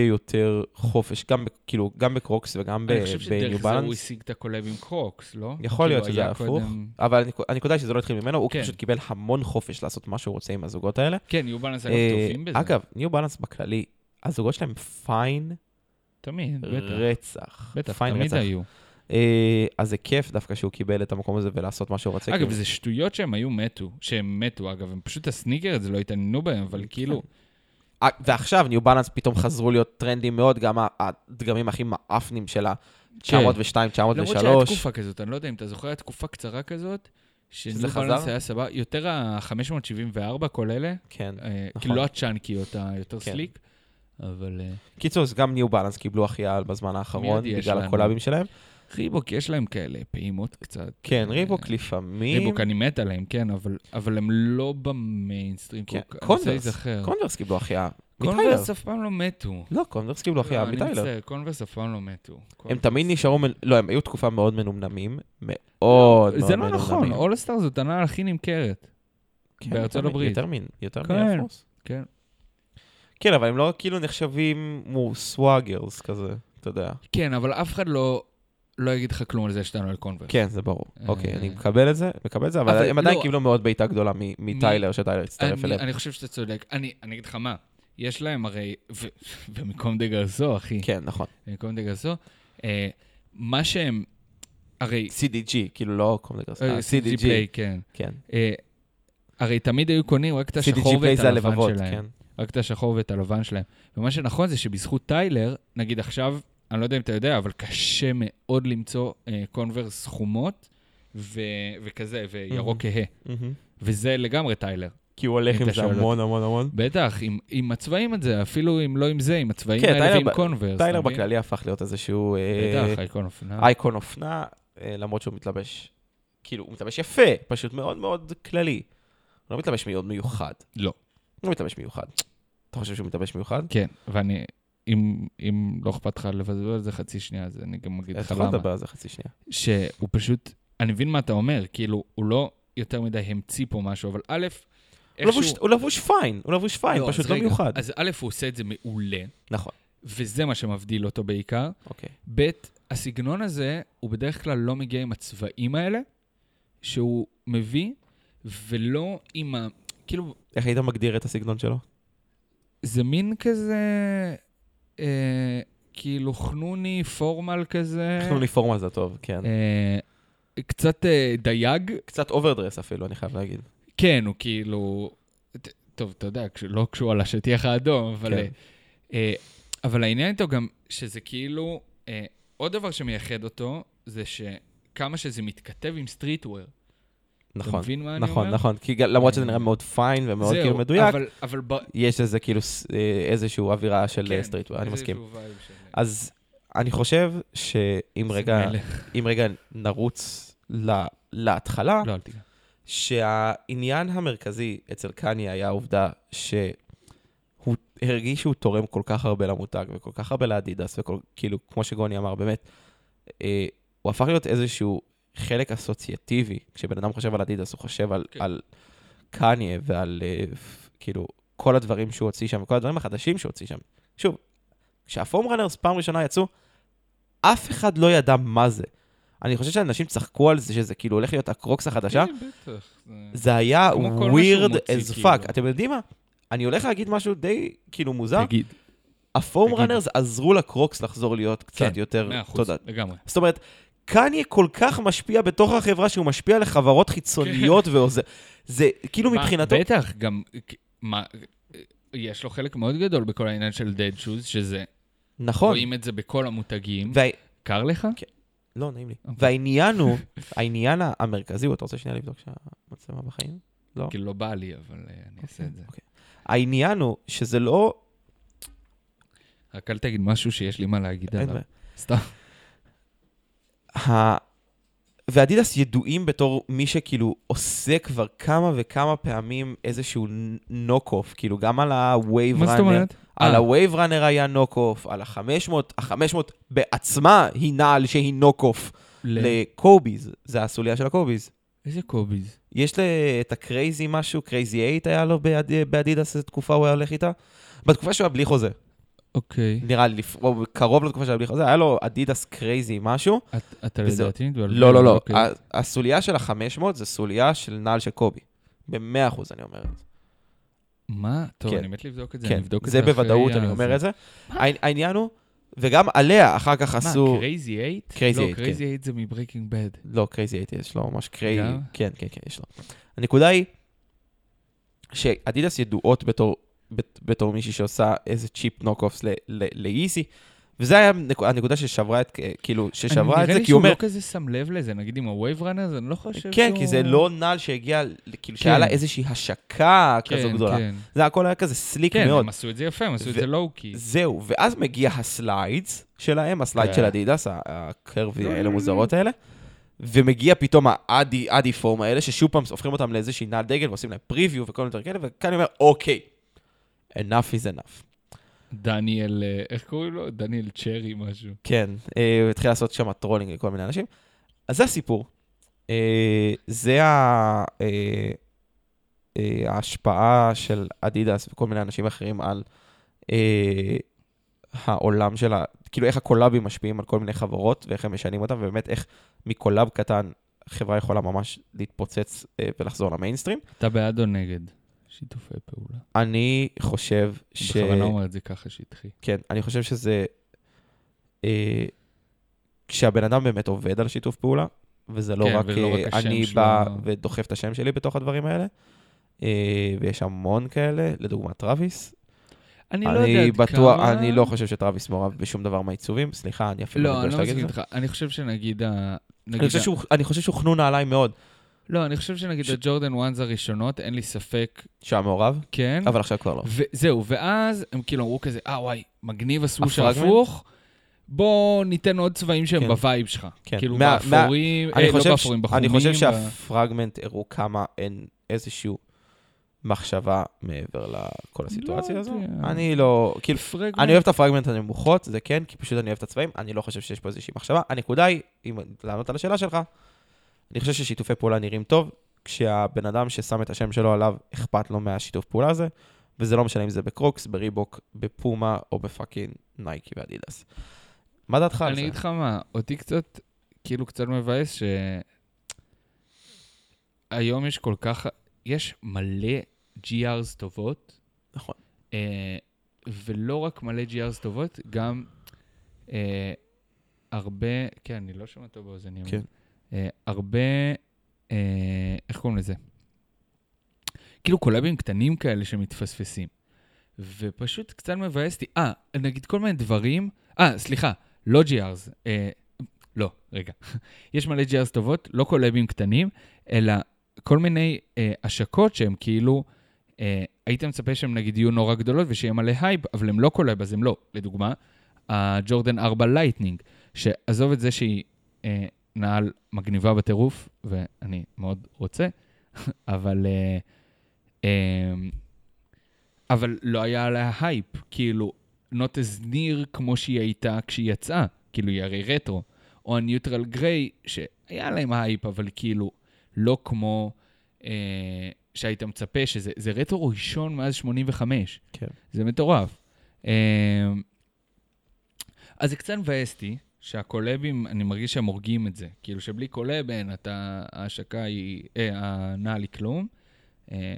יותר חופש, גם, ב- כאילו, גם בקרוקס וגם אני חושב בניו שדרך זה הוא בלנס. השיג את הקולב עם קרוקס, לא? יכול להיות כאילו, שזה היה הפוך. קודם- אבל הנק- הנקודה היא שזה לא התחיל ממנו, הוא כן. פשוט קיבל המון חופש לעשות מה שהוא רוצה עם הזוגות האלה. כן, ניו בלנס אגב אה, טובים בזה. אגב, ניו בלנס בכללי, הזוגות שלהם פיין תמיד, בטח. רצח. בטח, פיין תמיד רצח. היו. אה, אז זה כיף דווקא שהוא קיבל את המקום הזה ולעשות מה שהוא רוצה. אגב, כאילו. זה שטויות שהם היו מתו, שהם מתו, אגב, הם פשוט הסניקר הזה לא התעניינו בהם, כן. אבל כאילו, אה, ועכשיו ניו בלנס פתאום חזרו להיות טרנדים מאוד, גם ה- הדגמים הכי מעפנים של ה-902, כן. למרות שהיה 903. תקופה כזאת, אני לא יודע אם אתה זוכר, הייתה תקופה קצרה כזאת, שזה שניו חזר? בלנס היה סבבה, יותר ה-574 כל אלה, כן. אה, נכון. כאילו לא הצ'אנקיות, היותר כן. סליק, אבל אה, קיצור, אז גם ניו בלנס קיבלו החייאה בזמן האחרון, מי עוד יש בגלל לנו? הקולאבים שלהם. ריבוק, יש להם כאלה פעימות קצת. כן, אה, ריבוק לפעמים. ריבוק, אני מת עליהם, כן, אבל- אבל הם לא במיינסטרים כל כן, כך. אני רוצה קונברס, להיזכר. קונברס קיבלו החייאה. מטיילר. קונברס אף פעם לא מתו. לא, קונברס קיבלו החייאה לא, אני מטיילר. מצטער, קונברס אף פעם לא מתו. הם קונברס. תמיד נשארו, מנ- לא, הם היו תקופה מאוד מנומנמים. מאוד מאוד מנומנמים. זה לא נכון, אולסטאר זאת עונה הכי נמכרת. כן, בארצות יותר מ- הברית. יותר מין, יותר כן. מאפרוס. כן. כן, אבל הם לא כאילו נחשבים מו- סוואגרס כזה, אתה יודע. כן, אבל אף אחד לא לא יגיד לך כלום על זה שאתה נועל קונברס. כן, זה ברור. אה. אוקיי, אני מקבל את זה, מקבל את זה, אבל אבל הם עדיין לא. קיבלו מאוד בעיטה גדולה מ- מטיילר, שטיילר הצטרף אני אליהם. אני חושב שאתה צודק. אני אני אגיד לך מה, יש להם הרי, ו- ומקום דה גרסו, אחי, כן, נכון. במקום דה גרסו, אה, מה שהם, הרי, CDG, כאילו לא קומדגרס, אה, CG CDG, פליי, כן. כן. אה, הרי תמיד היו קונים רק את השחור CDG פליי ואת זה הלבן הלבבות, שלהם. כן. רק את השחור ואת הלבן שלהם. ומה שנכון זה שבזכות טיילר, נגיד עכשיו, אני לא יודע אם אתה יודע, אבל קשה מאוד למצוא אה, קונברס חומות ו- וכזה, וירוק Mhm. כהה. מהמם. וזה לגמרי טיילר. כי הוא הולך אם עם אתה זה שואל המון המון המון. בטח, עם, עם הצבעים את זה, אפילו אם לא עם זה, עם הצבעים כן, האלה טיילר ועם ב- קונברס. טיילר אתה מבין? בכללי הפך להיות איזשהו אה, בטח, אייקון אופנה. אייקון אופנה, אה, למרות שהוא מתלבש, כאילו, הוא מתלבש יפה, פשוט מאוד מאוד כללי. הוא לא מתלבש מאוד מיוחד. לא. הוא מתלבש מיוחד. אתה חושב שהוא מתלבש מיוחד? כן, ואני, אם, אם לא אכפת לך לבזבז על זה חצי שנייה, אז אני גם אגיד אתה לך יכול למה. לדבר על זה חצי שנייה. שהוא פשוט, אני מבין מה אתה אומר, כאילו, הוא לא יותר מדי המציא פה משהו, אבל א', הוא לבוש- הוא לבוש פיין, הוא לבוש פיין, אז פשוט לא רגע, מיוחד. אז א', הוא עושה את זה מעולה, נכון, וזה מה שמבדיל אותו בעיקר. אוקיי. ב', הסגנון הזה, הוא בדרך כלל לא מגיע עם הצבעים האלה, שהוא מביא, ולא עם ה... כאילו, איך היית מגדיר את הסגנון שלו? אה. זה מין כזה... אה, כאילו חנוני, פורמל כזה. אנחנו ניפורמה זה טוב, כן. אה, קצת אה, דייג, קצת אוברדרס אפילו, אני חייב להגיד. כן, הוא כאילו... ט- טוב, אתה יודע, כש- לא כשהוא על השטיח האדום, אבל... כן. אה, אבל העניין איתו גם שזה כאילו... אה, עוד דבר שמייחד אותו, זה שכמה שזה מתכתב עם סטריטוור. אתה נכון, מבין מה אני אומר? אה. נכון, נכון. כי גם- למרות שזה נראה מאוד פיין ומאוד זהו, כאילו מדויק, אבל, אבל ב... יש איזה כאילו ס- אה, איזשהו אווירה של כן, סטריטוור, אה, אני איזה מסכים. שהוא וייב של- אה, אז אני חושב שאם זה רגע, מלך. אם רגע נרוץ ל- להתחלה, לא, אל תיגע. שהעניין המרכזי אצל קניה היה העובדה שהוא הרגיש שהוא תורם כל כך הרבה למותג וכל כך הרבה לאדידס, וכאילו, כמו שגוני אמר, באמת, אה, הוא הפך להיות איזשהו חלק אסוציאטיבי. כשבן אדם חושב על אדידס, הוא חושב על, כן. על קניה ועל אה, פ- כאילו כל הדברים שהוא הוציא שם, וכל הדברים החדשים שהוא הוציא שם. שוב, כשהפורם ראנרס פעם ראשונה יצאו, אף אחד לא ידע מה זה. אני חושב שאנשים צחקו על זה, שזה כאילו הולך להיות הקרוקס החדשה, כן, בטח. זה- זה היה כמו כל מה שהוא weird מוציא, as כאילו. fuck. אתם יודעים מה? אני הולך להגיד משהו די כאילו מוזר. תגיד. הפורם תגיד. ראנרס עזרו לקרוקס לחזור להיות קצת כן, יותר... מאה אחוז, תודה. לגמרי. זאת אומרת, קניה כל כך משפיע בתוך החברה שהוא משפיע על חברות חיצוניות ועוזר. זה כאילו כן. מה, מבחינתו... בטח, גם... מה... אה, יש לו חלק מאוד גדול בכל העניין של dead shoes, שזה... נכון. רואים את זה בכל המותגים. וה- קר לך? לא, נעים לי. אוקיי. והעניין הוא, העניין המרכזי, הוא- אתה רוצה שנייה לבדוק שהמצלמה בחיים? כאילו לא בא לי, אבל אה, אני אוקיי. אעשה את זה. העניין הוא שזה לא... רק אל תגיד משהו שיש לי מה להגיד אין עליו. בעיה. סתם. ה... ואדידס ידועים בתור מי שכאילו עושה כבר כמה וכמה פעמים איזשהו נוק-אוף, כאילו גם על ה-Wave מה זאת Runner, אומרת? על אה. ה-Wave Runner היה נוק-אוף, על ה-500, ה-500 בעצמה היא נעל שהיא נוק-אוף ל- לקוביז, זה הסוליה של הקוביז. איזה קוביז. יש לה את הקרייזי משהו, קרייזי אייט היה לו באד- באדידס, איזו תקופה הוא היה הולך איתה. בתקופה שהוא היה בלי חוזה, אוקיי. נראה לי, לפ- או קרוב לתקופה שהיה בלי חוזה, היה לו אדידס קרייזי משהו. את- אתה וזהו. לדעתי מתבלבל. לא, לא, לא. אוקיי. ה- הסוליה של ה-500 זה סוליה של נעל של קובי. ב-100% אני אומר את זה. מה? טוב, כן. אני מת לבדוק את זה, אני כן, אבדוק את זה זה אחרי בוודאות, ה- אני אומר את זה. העני- העניין הוא, וגם עליה אחר כך עשו... מה, קרייזי אייט? Crazy Eight, כן. לא, קרייזי אייט זה מברייקינג בד. לא, קרייזי הייתי, יש לו ממש קרייזי. גם? כן, כן, כן, יש לו. הנקודה היא שאדידס ידועות בתור, בת- בתור מישהי שעושה איזה צ'יפ נוק-אופס ל- ל- לאיזי, וזה היה הנק- הנקודה ששברה את, כאילו, ששברה את זה, כי הוא נראה אומר, לי שהוא לא כזה שם לב לזה, נגיד עם הווייב ראנר, אני לא חושב שהוא... כן, כי זה לא נעל שהגיע, כאילו, כן. שהיה לה איזושהי השקה כזו כן, גדולה. כן. זה הכל היה כזה סליק כן, מאוד. הם עשו את זה יפה, הם עשו את ו- זה לואו-קי. זהו, ואז מגיע הסליידס שלהם, הסלייד כן. של אדידס, ה- הקרבי האלה מוזרות האלה, ומגיע פתאום האדי אדי פורם האלה, ששוב פעם הופכים אותם לאיזושהי נעל דגל ועושים להם פריוויו וכל מיני דברים כאלה, וכאן אני אומר, אוקיי, enough is enough. דניאל, אה, איך קוראים לו? דניאל צ'רי משהו. כן, אה, הוא התחיל לעשות שם טרולינג לכל מיני אנשים. אז זה הסיפור. אה, זה ה- אה, אה, ההשפעה של אדידס וכל מיני אנשים אחרים על אה, העולם של ה... כאילו איך הקולאבים משפיעים על כל מיני חברות ואיך הם משנים אותם, ובאמת איך מקולאב קטן חברה יכולה ממש להתפוצץ אה, ולחזור למיינסטרים. אתה בעד או נגד? שיתופי פעולה. אני חושב ש... בכוונה אומר את זה ככה שטחי. כן, אני חושב שזה... אה, כשהבן אדם באמת עובד על שיתוף פעולה, וזה לא כן, רק, ולא אה, רק השם אני שלו. בא ודוחף את השם שלי בתוך הדברים האלה, אה, ויש המון כאלה, לדוגמת טראביס. אני לא אני יודעת בטוח, כמה... אני לא חושב שטראביס מעורב בשום דבר מהעיצובים, סליחה, אני אפילו לא, אני מתבייש לא להגיד מסכים את זה. איתך. אני חושב שנגיד ה... אני נגיד חושב ה- שהוא- אני חושב שהוא חנון נעליים מאוד, לא, אני חושב שנגיד ש- הג'ורדן וואנס הראשונות, אין לי ספק, שהיה מעורב, כן. אבל עכשיו כבר לא. וזהו, ואז הם כאילו אמרו כזה, אה וואי, מגניב הסוש הפרגמנט? ההפוך, בוא ניתן עוד צבעים שהם כן. בווייב שלך. כן. כאילו מה- באפורים, אני אה, לא חושב ש- באפורים, בחומים. אני חושב ב- שהפרגמנט הראו כמה אין איזשהו מחשבה מעבר לכל הסיטואציה הזו. לא יודע. אני לא, כאילו, פרגמנט. אני אוהב את הפרגמנט הנמוכות, זה כן, כי פשוט אני אוהב את הצבעים, אני לא חושב שיש פה איזושהי מחשבה. הנקודה היא, אם לענות על השאלה שלך, אני חושב ששיתופי פעולה נראים טוב, כשהבן אדם ששם את השם שלו עליו, אכפת לו מהשיתוף פעולה הזה, וזה לא משנה אם זה בקרוקס, בריבוק, בפומה או בפאקינג נייקי ואדידס. מה דעתך על אני זה? אגיד לך מה, אותי קצת, כאילו קצת מבאס ש... היום יש כל כך, יש מלא GRs טובות. נכון. אה, ולא רק מלא GRs טובות, גם אה, הרבה, כן, אני לא שומע טוב באוזנים. כן. אה, הרבה, אה, איך קוראים לזה? כאילו קולאבים קטנים כאלה שמתפספסים. ופשוט קצת מבאס אותי, אה, נגיד כל מיני דברים, אה, סליחה, לא GRs, אה, לא, רגע. יש מלא GRs טובות, לא קולאבים קטנים, אלא כל מיני אה, השקות שהם כאילו, אה, היית מצפה שהם נגיד יהיו נורא גדולות ושיהיה מלא הייפ, אבל הם לא קולאב, אז הם לא. לדוגמה, הג'ורדן 4 לייטנינג, שעזוב את זה שהיא אה, נעל מגניבה בטירוף, ואני מאוד רוצה, אבל... אה, אה, אבל לא היה עליה הייפ, כאילו, not as near כמו שהיא הייתה כשהיא יצאה, כאילו, היא הרי רטרו. או הניוטרל גריי, שהיה להם הייפ, אבל כאילו, לא כמו אה, שהיית מצפה, שזה זה רטרו ראשון מאז 85. כן. זה מטורף. אה, אז זה קצת מבאס אותי, שהקולבים, אני מרגיש שהם הורגים את זה. כאילו שבלי קולב אין, אתה, ההשקה היא, אה, הנעל היא כלום. אה,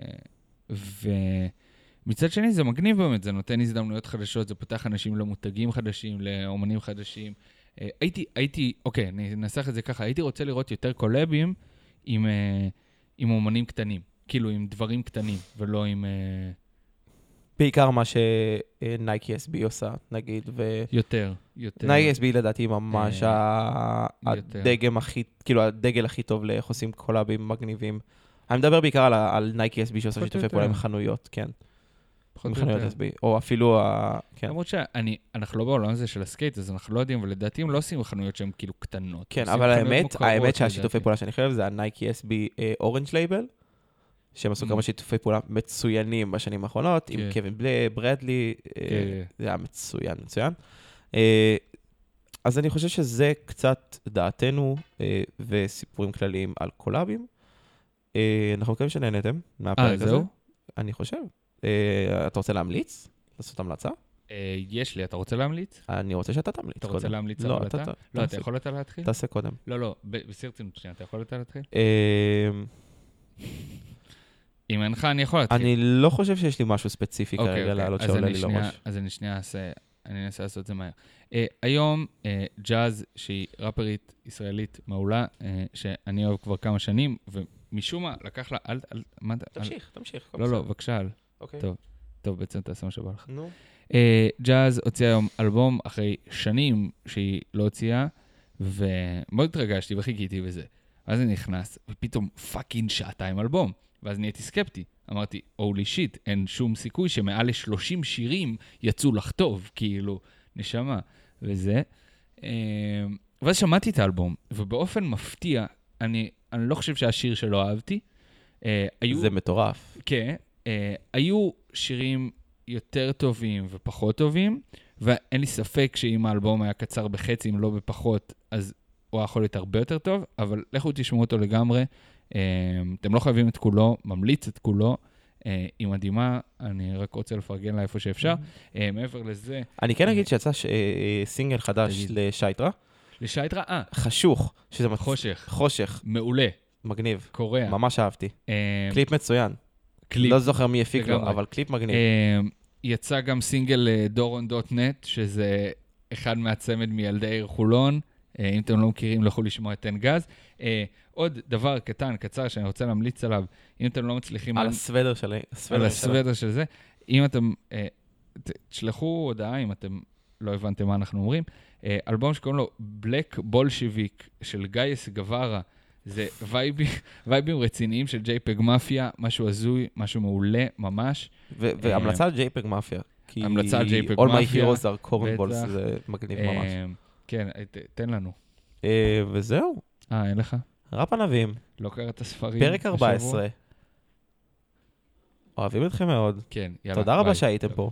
ומצד שני זה מגניב באמת, זה נותן הזדמנויות חדשות, זה פותח אנשים למותגים חדשים, לאומנים חדשים. אה, הייתי, הייתי, אוקיי, אני אנסח את זה ככה, הייתי רוצה לראות יותר קולבים עם, אה, עם אומנים קטנים, כאילו עם דברים קטנים, ולא עם אה, בעיקר מה שנייקי SB עושה, נגיד, ו... יותר, יותר. נייקי SB לדעתי ממש אה, ה- יותר. הדגם הכי, כאילו הדגל הכי טוב לאיך עושים קולאבים מגניבים. אני מדבר בעיקר על, ה- על נייקי SB שעושה פחות או שיתופי יותר. פעולה עם חנויות, כן. פחות עם או חנויות יותר. SB, או אפילו ה... כן. למרות שאנחנו לא בעולם הזה של הסקייט, אז אנחנו לא יודעים, אבל לדעתי הם לא עושים חנויות שהן כאילו קטנות. כן, עושים אבל חנויות האמת, מוכרות, האמת שהשיתופי לדעתי. פעולה שאני חייב זה הנייקי SB אורנג' לייבל, שהם עשו Mm. כמה שיתופי פעולה מצוינים בשנים האחרונות, עם כן. קווין בלי- ברדלי, אה, כן. זה היה מצוין, מצוין. אה, אז אני חושב שזה קצת דעתנו אה, וסיפורים כלליים על קולאבים. אה, אנחנו מקווים שנהנתם מהפרק אה, הזה. זהו? אני חושב. אה, אתה רוצה להמליץ? לעשות המלצה? אה, יש לי, אתה רוצה להמליץ? אני רוצה שאתה תמליץ אתה קודם. רוצה להמליץ לא, על אתה- אתה? אתה- לא, אתה תעשה- יכול אתה להתחיל? תעשה קודם. לא, לא, ב- בשרצינות שנייה, אתה יכול אתה להתחיל? אה, אם אין לך, אני יכול להתחיל. אני לא חושב שיש לי משהו ספציפי אוקיי, כרגע אוקיי. לעלות אז שעולה אני לי שנייה- לראש. אז אני שנייה אעשה, אני אנסה לעשות את זה מהר. אה, היום אה, ג'אז, שהיא ראפרית ישראלית מעולה, אה, שאני אוהב כבר כמה שנים, ומשום מה לקח לה, אל, אל, מה אתה, אל- תמשיך, תמשיך. הכל לא, לא, בסדר. בבקשה, אל. אוקיי. טוב. טוב, בעצם תעשה מה שבא לך. נו. אה, ג'אז הוציאה היום אלבום אחרי שנים שהיא לא הוציאה, ומאוד התרגשתי וחיכיתי וזה. ואז אני נכנס, ופתאום פאקינג שעתיים אלבום. ואז נהייתי סקפטי. אמרתי, הולי שיט, אין שום סיכוי שמעל ל-30 שירים יצאו לך טוב, כאילו, נשמה, וזה. אה, ואז שמעתי את האלבום, ובאופן מפתיע, אני, אני לא חושב שהיה שיר שלא אהבתי. אה, היו... זה מטורף. כן, אה, היו שירים יותר טובים ופחות טובים, ואין לי ספק שאם האלבום היה קצר בחצי, אם לא בפחות, אז הוא היה יכול להיות הרבה יותר טוב, אבל לכו תשמעו אותו לגמרי. אה, אתם לא חייבים את כולו, ממליץ את כולו. אה, היא מדהימה, אני רק רוצה לפרגן לה איפה שאפשר. Mm-hmm. אה, מעבר לזה, אני כן אה, אגיד שיצא ש- אה, אה, סינגל חדש תגיד. לשייטרה, לשייט רעה, חשוך, שזה מצ- אה, חושך, חושך, מעולה, מגניב. קורע. ממש אהבתי. אה, קליפ מצוין. קליפ. לא זוכר מי הפיק לו, לגמרי. אבל קליפ מגניב. אה, יצא גם סינגל אה, דורון.נט, שזה אחד מהצמד מילדי העיר חולון. אה, אם אתם לא מכירים, לכו לשמוע את תן גז. אה, עוד דבר קטן, קצר, שאני רוצה להמליץ עליו, אם אתם לא מצליחים... על הסוודר שלי. על הסוודר שלה. הסוודר של זה. אם אתם... אה, ת- תשלחו הודעה אם אתם לא הבנתם מה אנחנו אומרים. אה, אלבום שקוראים לו בלק בולשיביק של גייס גווארה. זה וייבים, וייבים רציניים של JPEG מאפיה, משהו הזוי, משהו מעולה ממש. ו- והמלצה על JPEG מאפיה. כי אה, המלצה על JPEG All my מאפיה, heroes are corn balls, בטח. זה מגניב ממש. אה, כן, אה, ת- תן לנו. אה, וזהו, אה, אין לך? ראפ ענבים, לא קראת ספרים? פרק השבוע? 14. אוהבים אתכם מאוד. כן, יאללה. תודה רבה ביי. שהייתם פה.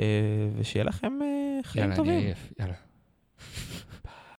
אה, ושיהיה לכם אה, חיים יאללה, אני טובים. עייף. יאללה.